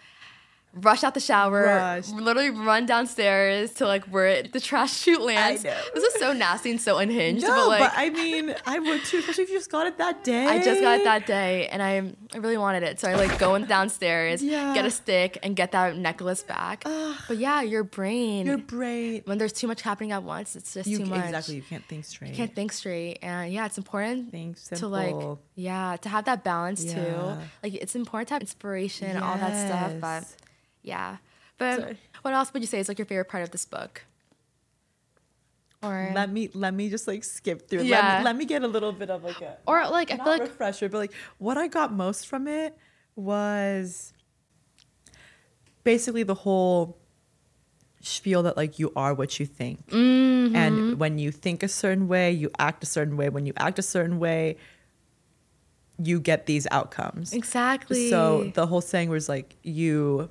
Speaker 2: rush out the shower,
Speaker 3: Rushed.
Speaker 2: literally run downstairs to like where it, the trash chute lands.
Speaker 3: know.
Speaker 2: This is so nasty and so unhinged.
Speaker 3: no
Speaker 2: but
Speaker 3: but,
Speaker 2: like,
Speaker 3: i mean i would too especially if you just got it that day
Speaker 2: I just got it that day, and I I really wanted it, so I like go in downstairs,
Speaker 3: Yeah.
Speaker 2: get a stick, and get that necklace back. but yeah, your brain,
Speaker 3: your brain
Speaker 2: when there's too much happening at once, it's just
Speaker 3: you
Speaker 2: too much.
Speaker 3: exactly you can't think straight
Speaker 2: You can't think straight, and yeah, it's important
Speaker 3: Think
Speaker 2: to like
Speaker 3: simple.
Speaker 2: yeah to have that balance
Speaker 3: Yeah.
Speaker 2: too. Like it's important to have inspiration and all that stuff, but
Speaker 3: Yes.
Speaker 2: yeah. But
Speaker 3: Sorry.
Speaker 2: what else would you say is like your favorite part of this book? Or-
Speaker 3: let me let me just like skip through. Let,
Speaker 2: Yeah.
Speaker 3: me, let me get a little bit of like a
Speaker 2: Or like I
Speaker 3: not
Speaker 2: feel like
Speaker 3: refresher, but like what I got most from it was basically the whole spiel that like you are what you think,
Speaker 2: Mm-hmm.
Speaker 3: and when you think a certain way, you act a certain way. When you act a certain way, you get these outcomes.
Speaker 2: exactly.
Speaker 3: So the whole saying was like you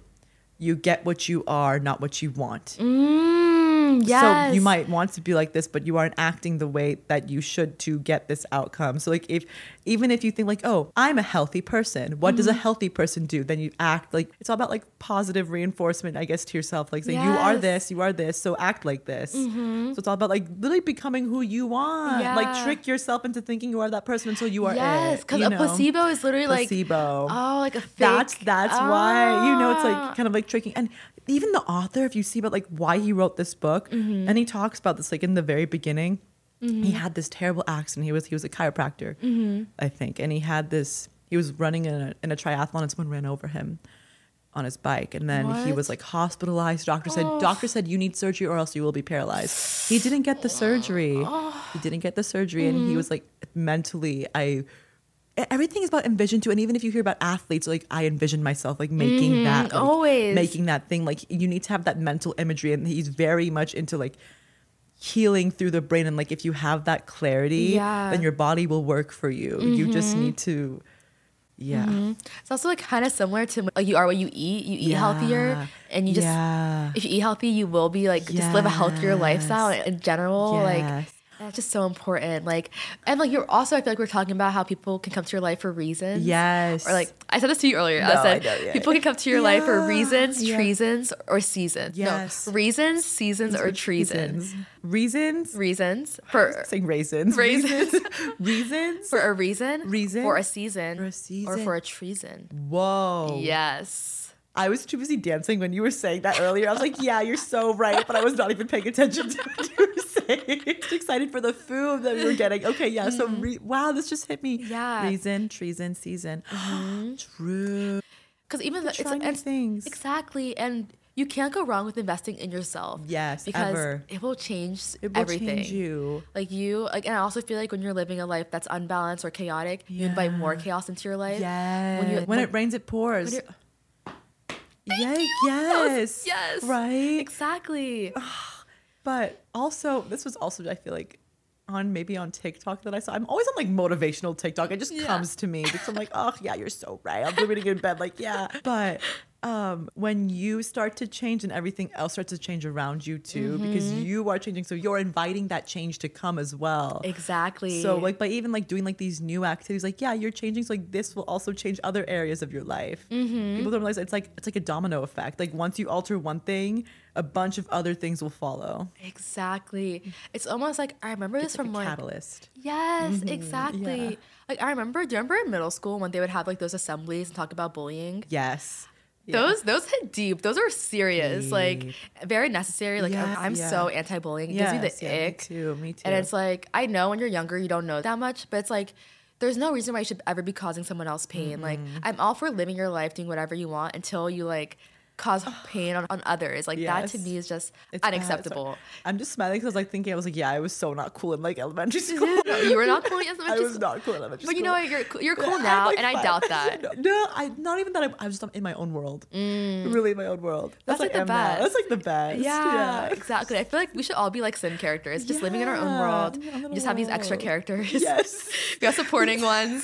Speaker 3: you get what you are, not what you want.
Speaker 2: mm, yes.
Speaker 3: So you might want to be like this, but you aren't acting the way that you should to get this outcome. So like if even if you think like, oh, I'm a healthy person, what
Speaker 2: Mm-hmm.
Speaker 3: does a healthy person do? Then you act like it's all about like positive reinforcement, I guess, to yourself. Like saying, You are
Speaker 2: Yes. Mm-hmm.
Speaker 3: this, you are this, so act like this. So it's all about like literally becoming who you want. Like
Speaker 2: Yeah.
Speaker 3: trick yourself into thinking you are that person until you are it,
Speaker 2: yes, because
Speaker 3: you
Speaker 2: a
Speaker 3: know?
Speaker 2: placebo is literally like
Speaker 3: Placebo.
Speaker 2: Oh, like a fake.
Speaker 3: That's that's why you know it's
Speaker 2: Ah.
Speaker 3: like kind of like tricking and even the author if you see about like why he wrote this book and he talks about this like in the very beginning he had this terrible accident he was he was a chiropractor I think and he had this he was running in a, in a triathlon and someone ran over him on his bike and then he was
Speaker 2: What?
Speaker 3: like hospitalized doctor said doctor said you need surgery or else you will be paralyzed he didn't get the surgery he didn't get the surgery and he was like mentally i e, everything is about envision too and even if you hear about athletes like i envision myself like making that like,
Speaker 2: always.
Speaker 3: making that thing like you need to have that mental imagery and he's very much into like healing through the brain and like if you have that clarity
Speaker 2: Yeah. Mm-hmm.
Speaker 3: then your body will work for you you just need to yeah
Speaker 2: It's also like kind of similar to like you are what you eat. You Mm-hmm. eat
Speaker 3: Yeah.
Speaker 2: healthier, and you just
Speaker 3: Yeah.
Speaker 2: if you eat healthy, you will be like just live a healthier
Speaker 3: Yes.
Speaker 2: lifestyle in general. Like
Speaker 3: Yes.
Speaker 2: that's just so important. Like and like you're also I feel like we're talking about how people can come to your life for reasons.
Speaker 3: Yes.
Speaker 2: Or like I said this to you earlier.
Speaker 3: No, I
Speaker 2: I said
Speaker 3: know, yeah,
Speaker 2: people
Speaker 3: yeah.
Speaker 2: can come to your life for
Speaker 3: Yeah,
Speaker 2: reasons,
Speaker 3: yeah.
Speaker 2: treasons, or seasons.
Speaker 3: Yes.
Speaker 2: No, reasons, seasons, or treasons.
Speaker 3: reasons reasons
Speaker 2: Reasons for
Speaker 3: saying raisins
Speaker 2: Raisins.
Speaker 3: reasons
Speaker 2: for a reason,
Speaker 3: Reason.
Speaker 2: for a season,
Speaker 3: For a
Speaker 2: or
Speaker 3: season.
Speaker 2: for a treason.
Speaker 3: whoa
Speaker 2: Yes.
Speaker 3: I was too busy dancing when you were saying that earlier. I was like, yeah, you're so right. But I was not even paying attention to what you were saying. Just excited for the food that we were getting. Okay, yeah. So, re- wow, this just hit me.
Speaker 2: Mm-hmm. Yeah. Mm-hmm.
Speaker 3: Reason, treason, season. True.
Speaker 2: Because even the, it's,
Speaker 3: Try new
Speaker 2: it's-
Speaker 3: things.
Speaker 2: exactly, and you can't go wrong with investing in yourself.
Speaker 3: Yes,
Speaker 2: because
Speaker 3: ever.
Speaker 2: it will change
Speaker 3: It will
Speaker 2: everything.
Speaker 3: change you.
Speaker 2: Like you, like, and I also feel like when you're living a life that's unbalanced or chaotic, you invite more
Speaker 3: Yeah.
Speaker 2: chaos into your life.
Speaker 3: Yes.
Speaker 2: When
Speaker 3: When,
Speaker 2: you when-
Speaker 3: it rains, it
Speaker 2: when
Speaker 3: pours.
Speaker 2: you're-
Speaker 3: Yeah,
Speaker 2: That
Speaker 3: yes.
Speaker 2: was- yes,
Speaker 3: Right?
Speaker 2: exactly.
Speaker 3: But also, this was also I feel like on maybe on TikTok that I saw. I'm always on like motivational TikTok. It just
Speaker 2: Yeah.
Speaker 3: comes to me because I'm like, oh yeah, you're so right. I'm living in bed, like yeah. But um, when you start to change and everything else starts to change around you too, because
Speaker 2: Mm-hmm.
Speaker 3: you are changing, so you're inviting that change to come as well.
Speaker 2: Exactly.
Speaker 3: So like by even like doing like these new activities, like yeah, you're changing. So like this will also change other areas of your life.
Speaker 2: Mm-hmm.
Speaker 3: People don't realize it's like it's like a domino effect. Like once you alter one thing, a bunch of other things will follow.
Speaker 2: exactly, it's almost like I remember this from
Speaker 3: a
Speaker 2: like
Speaker 3: catalyst.
Speaker 2: Yes,
Speaker 3: Mm-hmm.
Speaker 2: exactly. Like I remember, do you remember in middle school when they would have like those assemblies and talk about bullying?
Speaker 3: Yes.
Speaker 2: Those those hit deep. Those are serious. Like
Speaker 3: Deep.
Speaker 2: very necessary. Like
Speaker 3: Yes,
Speaker 2: I'm
Speaker 3: yeah.
Speaker 2: so anti-bullying. It gives
Speaker 3: Yes,
Speaker 2: me the
Speaker 3: yeah, me
Speaker 2: ick.
Speaker 3: too, me
Speaker 2: And
Speaker 3: too.
Speaker 2: it's like I know when you're younger you don't know that much, but it's like there's no reason why you should ever be causing someone else pain. Like
Speaker 3: Mm-hmm.
Speaker 2: I'm all for living your life doing whatever you want until you like cause pain on, on others. Like that
Speaker 3: Yes.
Speaker 2: to me is just
Speaker 3: It's bad, it's
Speaker 2: unacceptable.
Speaker 3: hard. I'm just smiling because I was like thinking I was like, yeah, I was so not cool in like elementary school.
Speaker 2: No, you were not cool in
Speaker 3: I
Speaker 2: elementary
Speaker 3: was
Speaker 2: school.
Speaker 3: not cool in elementary
Speaker 2: But you
Speaker 3: school.
Speaker 2: know what? You're cool- you're
Speaker 3: Yeah,
Speaker 2: cool
Speaker 3: I'm,
Speaker 2: now,
Speaker 3: like,
Speaker 2: and I
Speaker 3: fine.
Speaker 2: doubt that. Mm.
Speaker 3: no, I not even that. I'm, I'm just I'm in my own world. Really, in my own world.
Speaker 2: That's,
Speaker 3: That's,
Speaker 2: like,
Speaker 3: like
Speaker 2: the best.
Speaker 3: That's like the best.
Speaker 2: Yeah, exactly. I feel like we should all be like Sim characters, just living in our own
Speaker 3: Yeah,
Speaker 2: world.
Speaker 3: in our
Speaker 2: We
Speaker 3: little
Speaker 2: just have these extra
Speaker 3: world.
Speaker 2: characters.
Speaker 3: Yes.
Speaker 2: we have supporting ones,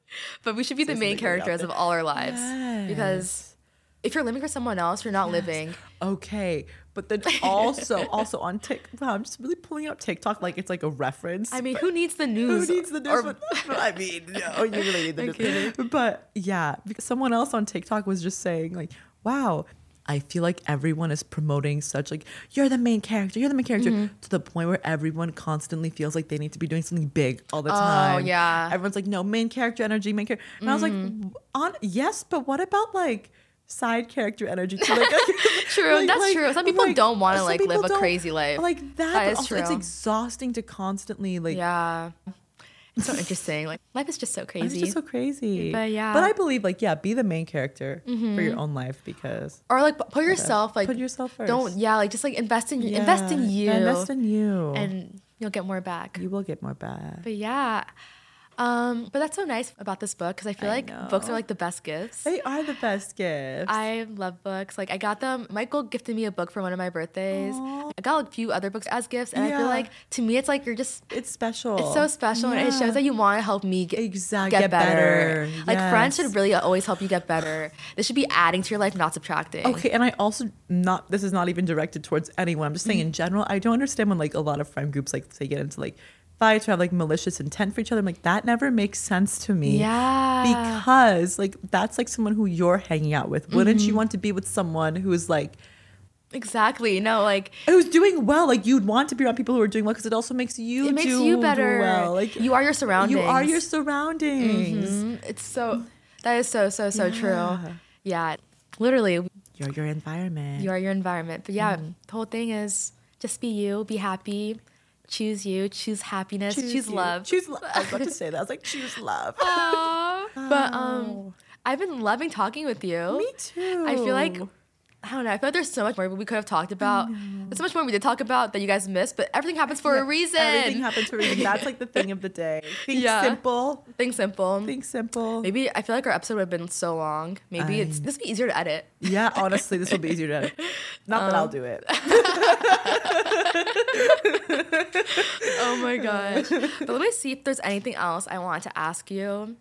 Speaker 2: but we should be
Speaker 3: Say
Speaker 2: the main
Speaker 3: something really out
Speaker 2: characters of
Speaker 3: there.
Speaker 2: all our lives because if you're living for someone else, you're not living.
Speaker 3: Okay, but then also also on TikTok. Wow, I'm just really pulling out TikTok like it's like a reference.
Speaker 2: I mean, who needs the
Speaker 3: Who
Speaker 2: news?
Speaker 3: needs the news?
Speaker 2: or-
Speaker 3: But- I mean, no, oh, you really need the news. But yeah, because someone else on TikTok was just saying like, "Wow, I feel like everyone is promoting such like you're the main character, you're the main character,"
Speaker 2: Mm-hmm.
Speaker 3: to the point where everyone constantly feels like they need to be doing something big all the time.
Speaker 2: Oh, yeah. Mm-hmm.
Speaker 3: everyone's like, "No, main character energy, main character," and I was like, "W- "On yes, but what about like?" Side character energy. too?" Like,
Speaker 2: True, that's true. Some people don't wanna,
Speaker 3: some
Speaker 2: like, live
Speaker 3: people
Speaker 2: a
Speaker 3: don't
Speaker 2: crazy life.
Speaker 3: Like
Speaker 2: That
Speaker 3: that, but
Speaker 2: is
Speaker 3: also, it's
Speaker 2: true.
Speaker 3: exhausting to constantly like
Speaker 2: yeah. so interesting. Like life is just so
Speaker 3: It's
Speaker 2: crazy.
Speaker 3: just so crazy.
Speaker 2: But yeah. Mm-hmm.
Speaker 3: But I believe like yeah, be the main character for your own life because
Speaker 2: or like put yourself like
Speaker 3: Put yourself first.
Speaker 2: Don't yeah, like just like invest in invest in you
Speaker 3: Yeah, Invest in you.
Speaker 2: and you'll get more back.
Speaker 3: you will get more back.
Speaker 2: But yeah. Um, but that's so nice about this book because I feel
Speaker 3: I
Speaker 2: like books are
Speaker 3: know.
Speaker 2: like the best gifts.
Speaker 3: They are the best gifts.
Speaker 2: I love books. Like I got them. Michael gifted me a book for one of my birthdays. I got like, a few other books as gifts, and I feel
Speaker 3: Yeah.
Speaker 2: like to me it's like you're just
Speaker 3: it's special.
Speaker 2: it's so special, and it shows that you want to help me get,
Speaker 3: Exact-
Speaker 2: get,
Speaker 3: get
Speaker 2: better.
Speaker 3: better.
Speaker 2: Like friends
Speaker 3: Yes.
Speaker 2: should really always help you get better. This should be adding to your life, not subtracting.
Speaker 3: Okay, and I also not this is not even directed towards anyone. I'm just
Speaker 2: Mm-hmm.
Speaker 3: saying in general, I don't understand when like a lot of friend groups like they get into like fights or have like malicious intent for each other. I'm like that never makes sense to me.
Speaker 2: Yeah.
Speaker 3: Because like that's like someone who you're hanging out with. Wouldn't
Speaker 2: Mm-hmm.
Speaker 3: you want to be with someone who's like
Speaker 2: Exactly. No, like
Speaker 3: who's doing well? Like you'd want to be around people who are doing well because it also makes you
Speaker 2: it makes
Speaker 3: do-
Speaker 2: you
Speaker 3: do
Speaker 2: better.
Speaker 3: well. Like
Speaker 2: you are your surroundings.
Speaker 3: you are your surroundings.
Speaker 2: Mm, It's so. That is so so so
Speaker 3: Yeah.
Speaker 2: true. Yeah. Literally,
Speaker 3: You're your environment.
Speaker 2: you are your environment. But yeah,
Speaker 3: Mm.
Speaker 2: the whole thing is just be you, be happy, choose you, choose happiness, choose,
Speaker 3: you.
Speaker 2: love.
Speaker 3: Choose love. I was about to say that. I was like, choose love.
Speaker 2: Uh, Aw. But um, I've been loving talking with you.
Speaker 3: Oh. Me too.
Speaker 2: um,
Speaker 3: Mm.
Speaker 2: I feel like I don't know. I feel like there's so much more we could have talked about. There's so much more we did talk about that you guys missed. But everything happens for a reason.
Speaker 3: Everything happens for a reason. That's like the thing of the day. Think
Speaker 2: Yeah.
Speaker 3: simple.
Speaker 2: Think simple.
Speaker 3: Think simple.
Speaker 2: Maybe I feel like our episode would have been so long. Maybe
Speaker 3: I
Speaker 2: it's this would be easier to edit.
Speaker 3: Yeah, honestly, this will be easier to edit. Not that I'll
Speaker 2: Um,
Speaker 3: do it.
Speaker 2: Oh my gosh. but let me see if there's anything else I want to ask you.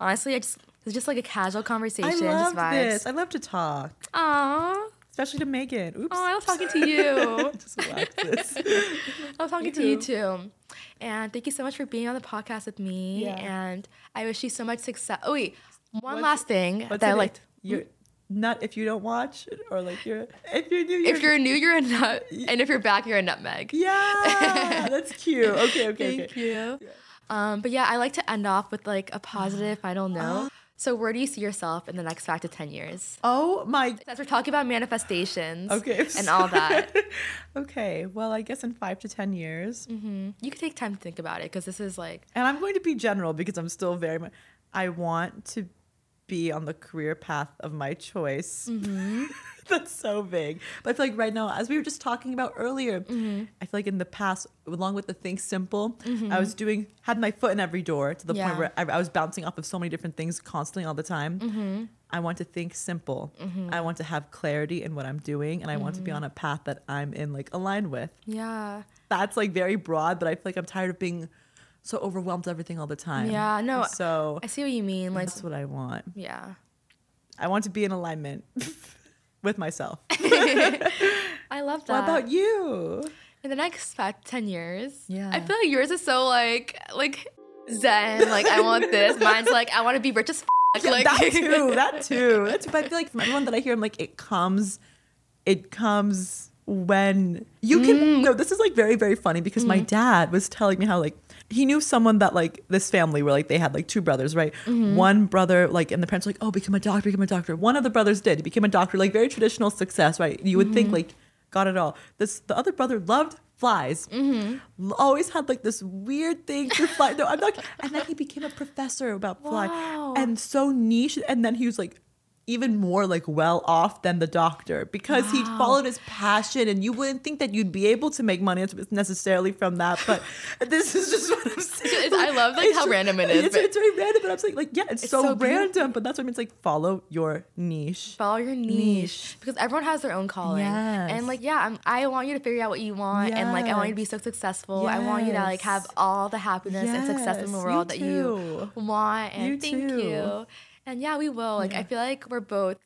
Speaker 2: Honestly, I just it's just like a casual conversation,
Speaker 3: I love
Speaker 2: just vibes.
Speaker 3: this. I love to talk,
Speaker 2: Aw.
Speaker 3: especially to Megan. Oops.
Speaker 2: Oh, I love talking to you.
Speaker 3: Just whacked this.
Speaker 2: I love talking to you too. And thank you so much for being on the podcast with me.
Speaker 3: Yeah.
Speaker 2: And I wish you so much success. Oh wait, one
Speaker 3: What's-
Speaker 2: last thing
Speaker 3: What's
Speaker 2: that I
Speaker 3: in it?
Speaker 2: liked.
Speaker 3: You're not if you don't watch or like you're if you're new. You're,
Speaker 2: If you're new, you're a nut, and if you're back, you're a nutmeg.
Speaker 3: yeah, that's cute. Okay, okay,
Speaker 2: Thank
Speaker 3: okay.
Speaker 2: you. Um, but yeah, I like to end off with like a positive final note. So, where do you see yourself in the next five to ten years?
Speaker 3: Oh my
Speaker 2: As we're talking about manifestations,
Speaker 3: Okay.
Speaker 2: and all that,
Speaker 3: Okay. Well, I guess in five to ten years,
Speaker 2: you can take time to think about it because this is like
Speaker 3: and I'm going to be general because I'm still very much. I want to be on the career path of my choice. That's so big. But I feel like right now, as we were just talking about earlier, I feel like in the past, along with the think simple, I was doing had my foot in every door to the
Speaker 2: Yeah.
Speaker 3: point where I, I was bouncing off of so many different things constantly all the time. I want to think simple. I want to have clarity in what I'm doing, and I want to be on a path that I'm in like aligned with
Speaker 2: yeah,
Speaker 3: that's like very broad, but I feel like I'm tired of being so overwhelmed with everything all the time.
Speaker 2: Yeah, no,
Speaker 3: So
Speaker 2: I see what you mean. Like,
Speaker 3: that's what I want.
Speaker 2: yeah,
Speaker 3: I want to be in alignment with myself.
Speaker 2: I love that.
Speaker 3: What about you?
Speaker 2: in the next five to ten years?
Speaker 3: Yeah.
Speaker 2: I feel like yours is so like like zen. Like I want this. Mine's like I want to be rich as. F- like
Speaker 3: that too. That too. That too. But I feel like from everyone that I hear, I'm like, it comes, it comes when you can. No, this is like very, very funny because my dad was telling me how like he knew someone that like this family where like they had like two brothers, right? One brother like and the parents were like, oh, become a doctor, become a doctor. One of the brothers did. He became a doctor. Like very traditional success, right? You would think like got it all. This the other brother loved flies. L- Always had like this weird thing to fly. No, I'm not. And then he became a professor about fly
Speaker 2: Wow.
Speaker 3: and so niche. And then he was like even more like well off than the doctor because he followed his passion. And you wouldn't think that you'd be able to make money necessarily from that, but this is just what I'm saying.
Speaker 2: I love, like, how
Speaker 3: ju-
Speaker 2: random it is,
Speaker 3: It's,
Speaker 2: but-
Speaker 3: it's very random, but I'm saying like yeah, it's, so,
Speaker 2: so beautiful.
Speaker 3: random. But that's what I mean. It's like follow your niche.
Speaker 2: follow your niche,
Speaker 3: Niche.
Speaker 2: because everyone has their own calling
Speaker 3: Yes.
Speaker 2: and like yeah I'm, i want you to figure out what you want and like i want you to be so successful i want you to like
Speaker 3: Yes.
Speaker 2: have all the happiness and success in the
Speaker 3: Yes, you
Speaker 2: world that you
Speaker 3: too.
Speaker 2: want and
Speaker 3: You
Speaker 2: thank
Speaker 3: too.
Speaker 2: you and yeah we will like i feel like we're both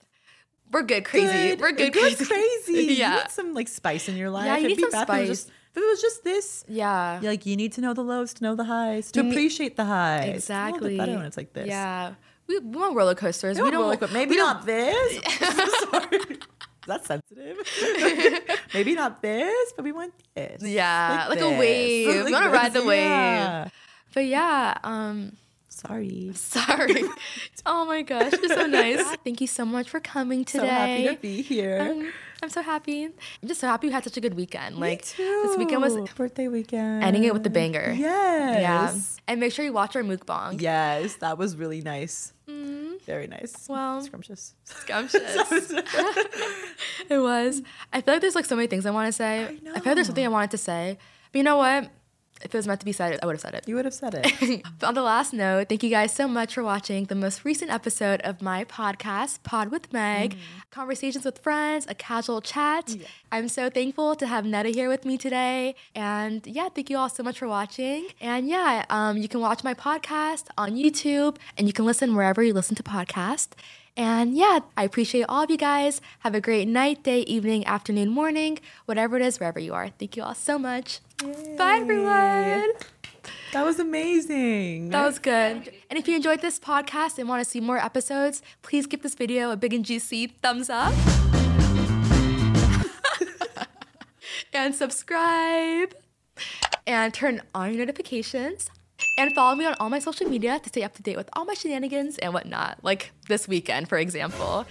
Speaker 2: we're good crazy
Speaker 3: Good.
Speaker 2: we're good, crazy,
Speaker 3: You
Speaker 2: yeah
Speaker 3: need some like spice in your life.
Speaker 2: you
Speaker 3: It'd
Speaker 2: need
Speaker 3: be
Speaker 2: some
Speaker 3: bad if it was
Speaker 2: spice.
Speaker 3: just- If it was just this,
Speaker 2: yeah
Speaker 3: You're like you need to know the lows to know the highs to
Speaker 2: need-
Speaker 3: appreciate the highs. It's a little bit
Speaker 2: exactly
Speaker 3: better when it's like this.
Speaker 2: yeah we, we want roller coasters
Speaker 3: No,
Speaker 2: we
Speaker 3: we
Speaker 2: don't
Speaker 3: like, but maybe
Speaker 2: we don't-
Speaker 3: not this. Sorry. That's sensitive. maybe not this, but we want this.
Speaker 2: Yeah, like a
Speaker 3: this.
Speaker 2: wave. We wanna
Speaker 3: this,
Speaker 2: ride the wave.
Speaker 3: yeah.
Speaker 2: but yeah um
Speaker 3: Sorry.
Speaker 2: Sorry. oh my gosh, you're so nice. Thank you so much for coming today.
Speaker 3: So happy to be here.
Speaker 2: Um, I'm so happy. I'm just so happy you had such a good weekend. Like
Speaker 3: too.
Speaker 2: this weekend was
Speaker 3: birthday weekend.
Speaker 2: ending it with the banger. Yeah.
Speaker 3: Yes.
Speaker 2: And make sure you watch our mukbang.
Speaker 3: Yes, that was really nice. Very nice.
Speaker 2: Mm-hmm. Well-
Speaker 3: scrumptious.
Speaker 2: Scrumptious. it was. I feel like there's like so many things I want to say. I, feel like
Speaker 3: know.
Speaker 2: there's something I wanted to say. But you know what? If it was meant to be said, I would have said it.
Speaker 3: You would have said it.
Speaker 2: But on the last note, thank you guys so much for watching the most recent episode of my podcast, Pod with Meg Conversations with Friends, a casual chat. I'm so thankful to have Netta here with me today. And yeah, thank you all so much for watching. And yeah, um, you can watch my podcast on YouTube and you can listen wherever you listen to podcasts. And yeah, I appreciate all of you guys. Have a great night, day, evening, afternoon, morning, whatever it is, wherever you are. Thank you all so much. Bye, everyone.
Speaker 3: That was amazing.
Speaker 2: That was good. And if you enjoyed this podcast and want to see more episodes, please give this video a big and juicy thumbs up. and subscribe. And turn on your notifications. And follow me on all my social media to stay up to date with all my shenanigans and whatnot. Like this weekend, for example.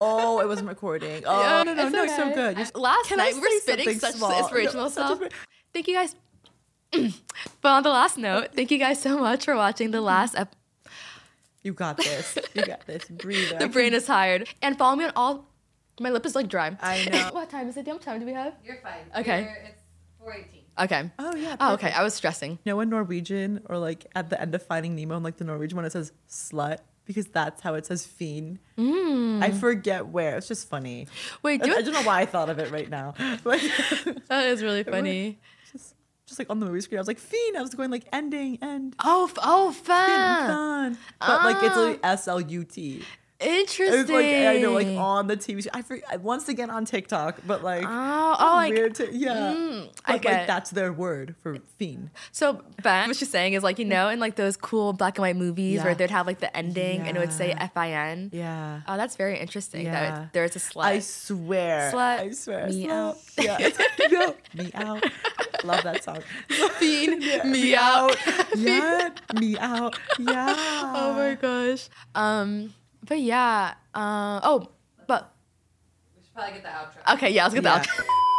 Speaker 3: oh, it wasn't recording. Oh
Speaker 2: Yeah,
Speaker 3: no, no,
Speaker 2: it's
Speaker 3: no, it's so
Speaker 2: okay.
Speaker 3: good. You're s-
Speaker 2: Last
Speaker 3: Can I
Speaker 2: night we were
Speaker 3: say
Speaker 2: spitting
Speaker 3: something
Speaker 2: such
Speaker 3: small?
Speaker 2: inspirational
Speaker 3: No, such
Speaker 2: stuff.
Speaker 3: inspira-
Speaker 2: Thank you guys. but on the last note, thank you guys so much for watching the last episode.
Speaker 3: You got this. You got this. Breathe.
Speaker 2: The
Speaker 3: out.
Speaker 2: brain is tired. And follow me on all. My lip is like dry.
Speaker 3: I know.
Speaker 2: what time is it? How much time do we have?
Speaker 4: You're fine.
Speaker 2: Okay.
Speaker 4: You're, it's 418.
Speaker 2: Okay.
Speaker 3: Oh yeah.
Speaker 2: Oh, okay. I was stressing.
Speaker 3: You know in Norwegian or like at the end of Finding Nemo in like the Norwegian one it says slut because that's how it says fiend.
Speaker 2: Mm.
Speaker 3: I forget where. It's just funny.
Speaker 2: Wait,
Speaker 3: I,
Speaker 2: do
Speaker 3: I
Speaker 2: it.
Speaker 3: don't know why I thought of it right now. But
Speaker 2: That is really funny.
Speaker 3: just, just like on the movie screen, I was like fiend. I was going like ending end.
Speaker 2: Oh, f- oh, fun.
Speaker 3: fun. But like it's
Speaker 2: Ah.
Speaker 3: like S L U T.
Speaker 2: Interesting.
Speaker 3: It's like I know like on the TV. show. I forget, once again on TikTok, but like
Speaker 2: Oh, oh, like- mm,
Speaker 3: weird. T- yeah,
Speaker 2: I
Speaker 3: But,
Speaker 2: get it.
Speaker 3: like that's their word for fiend.
Speaker 2: So Ben, what she's saying is like you know in like those cool black and white movies where
Speaker 3: Yeah.
Speaker 2: they'd have like the ending and it would say
Speaker 3: Yeah.
Speaker 2: F I N.
Speaker 3: Yeah.
Speaker 2: Oh, that's very interesting. That
Speaker 3: Yeah.
Speaker 2: it, there's a slut.
Speaker 3: I swear.
Speaker 2: Slut
Speaker 3: I swear.
Speaker 2: me
Speaker 3: slut.
Speaker 2: out.
Speaker 3: Yeah. it's- no, me out. Love that song.
Speaker 2: Fiend, me out.
Speaker 3: Yeah. Me out. Yeah.
Speaker 2: Oh my gosh. Um, but yeah. Um, oh, but
Speaker 4: We should probably get the outro.
Speaker 2: okay. Yeah, let's get
Speaker 3: Yeah.
Speaker 2: the outro.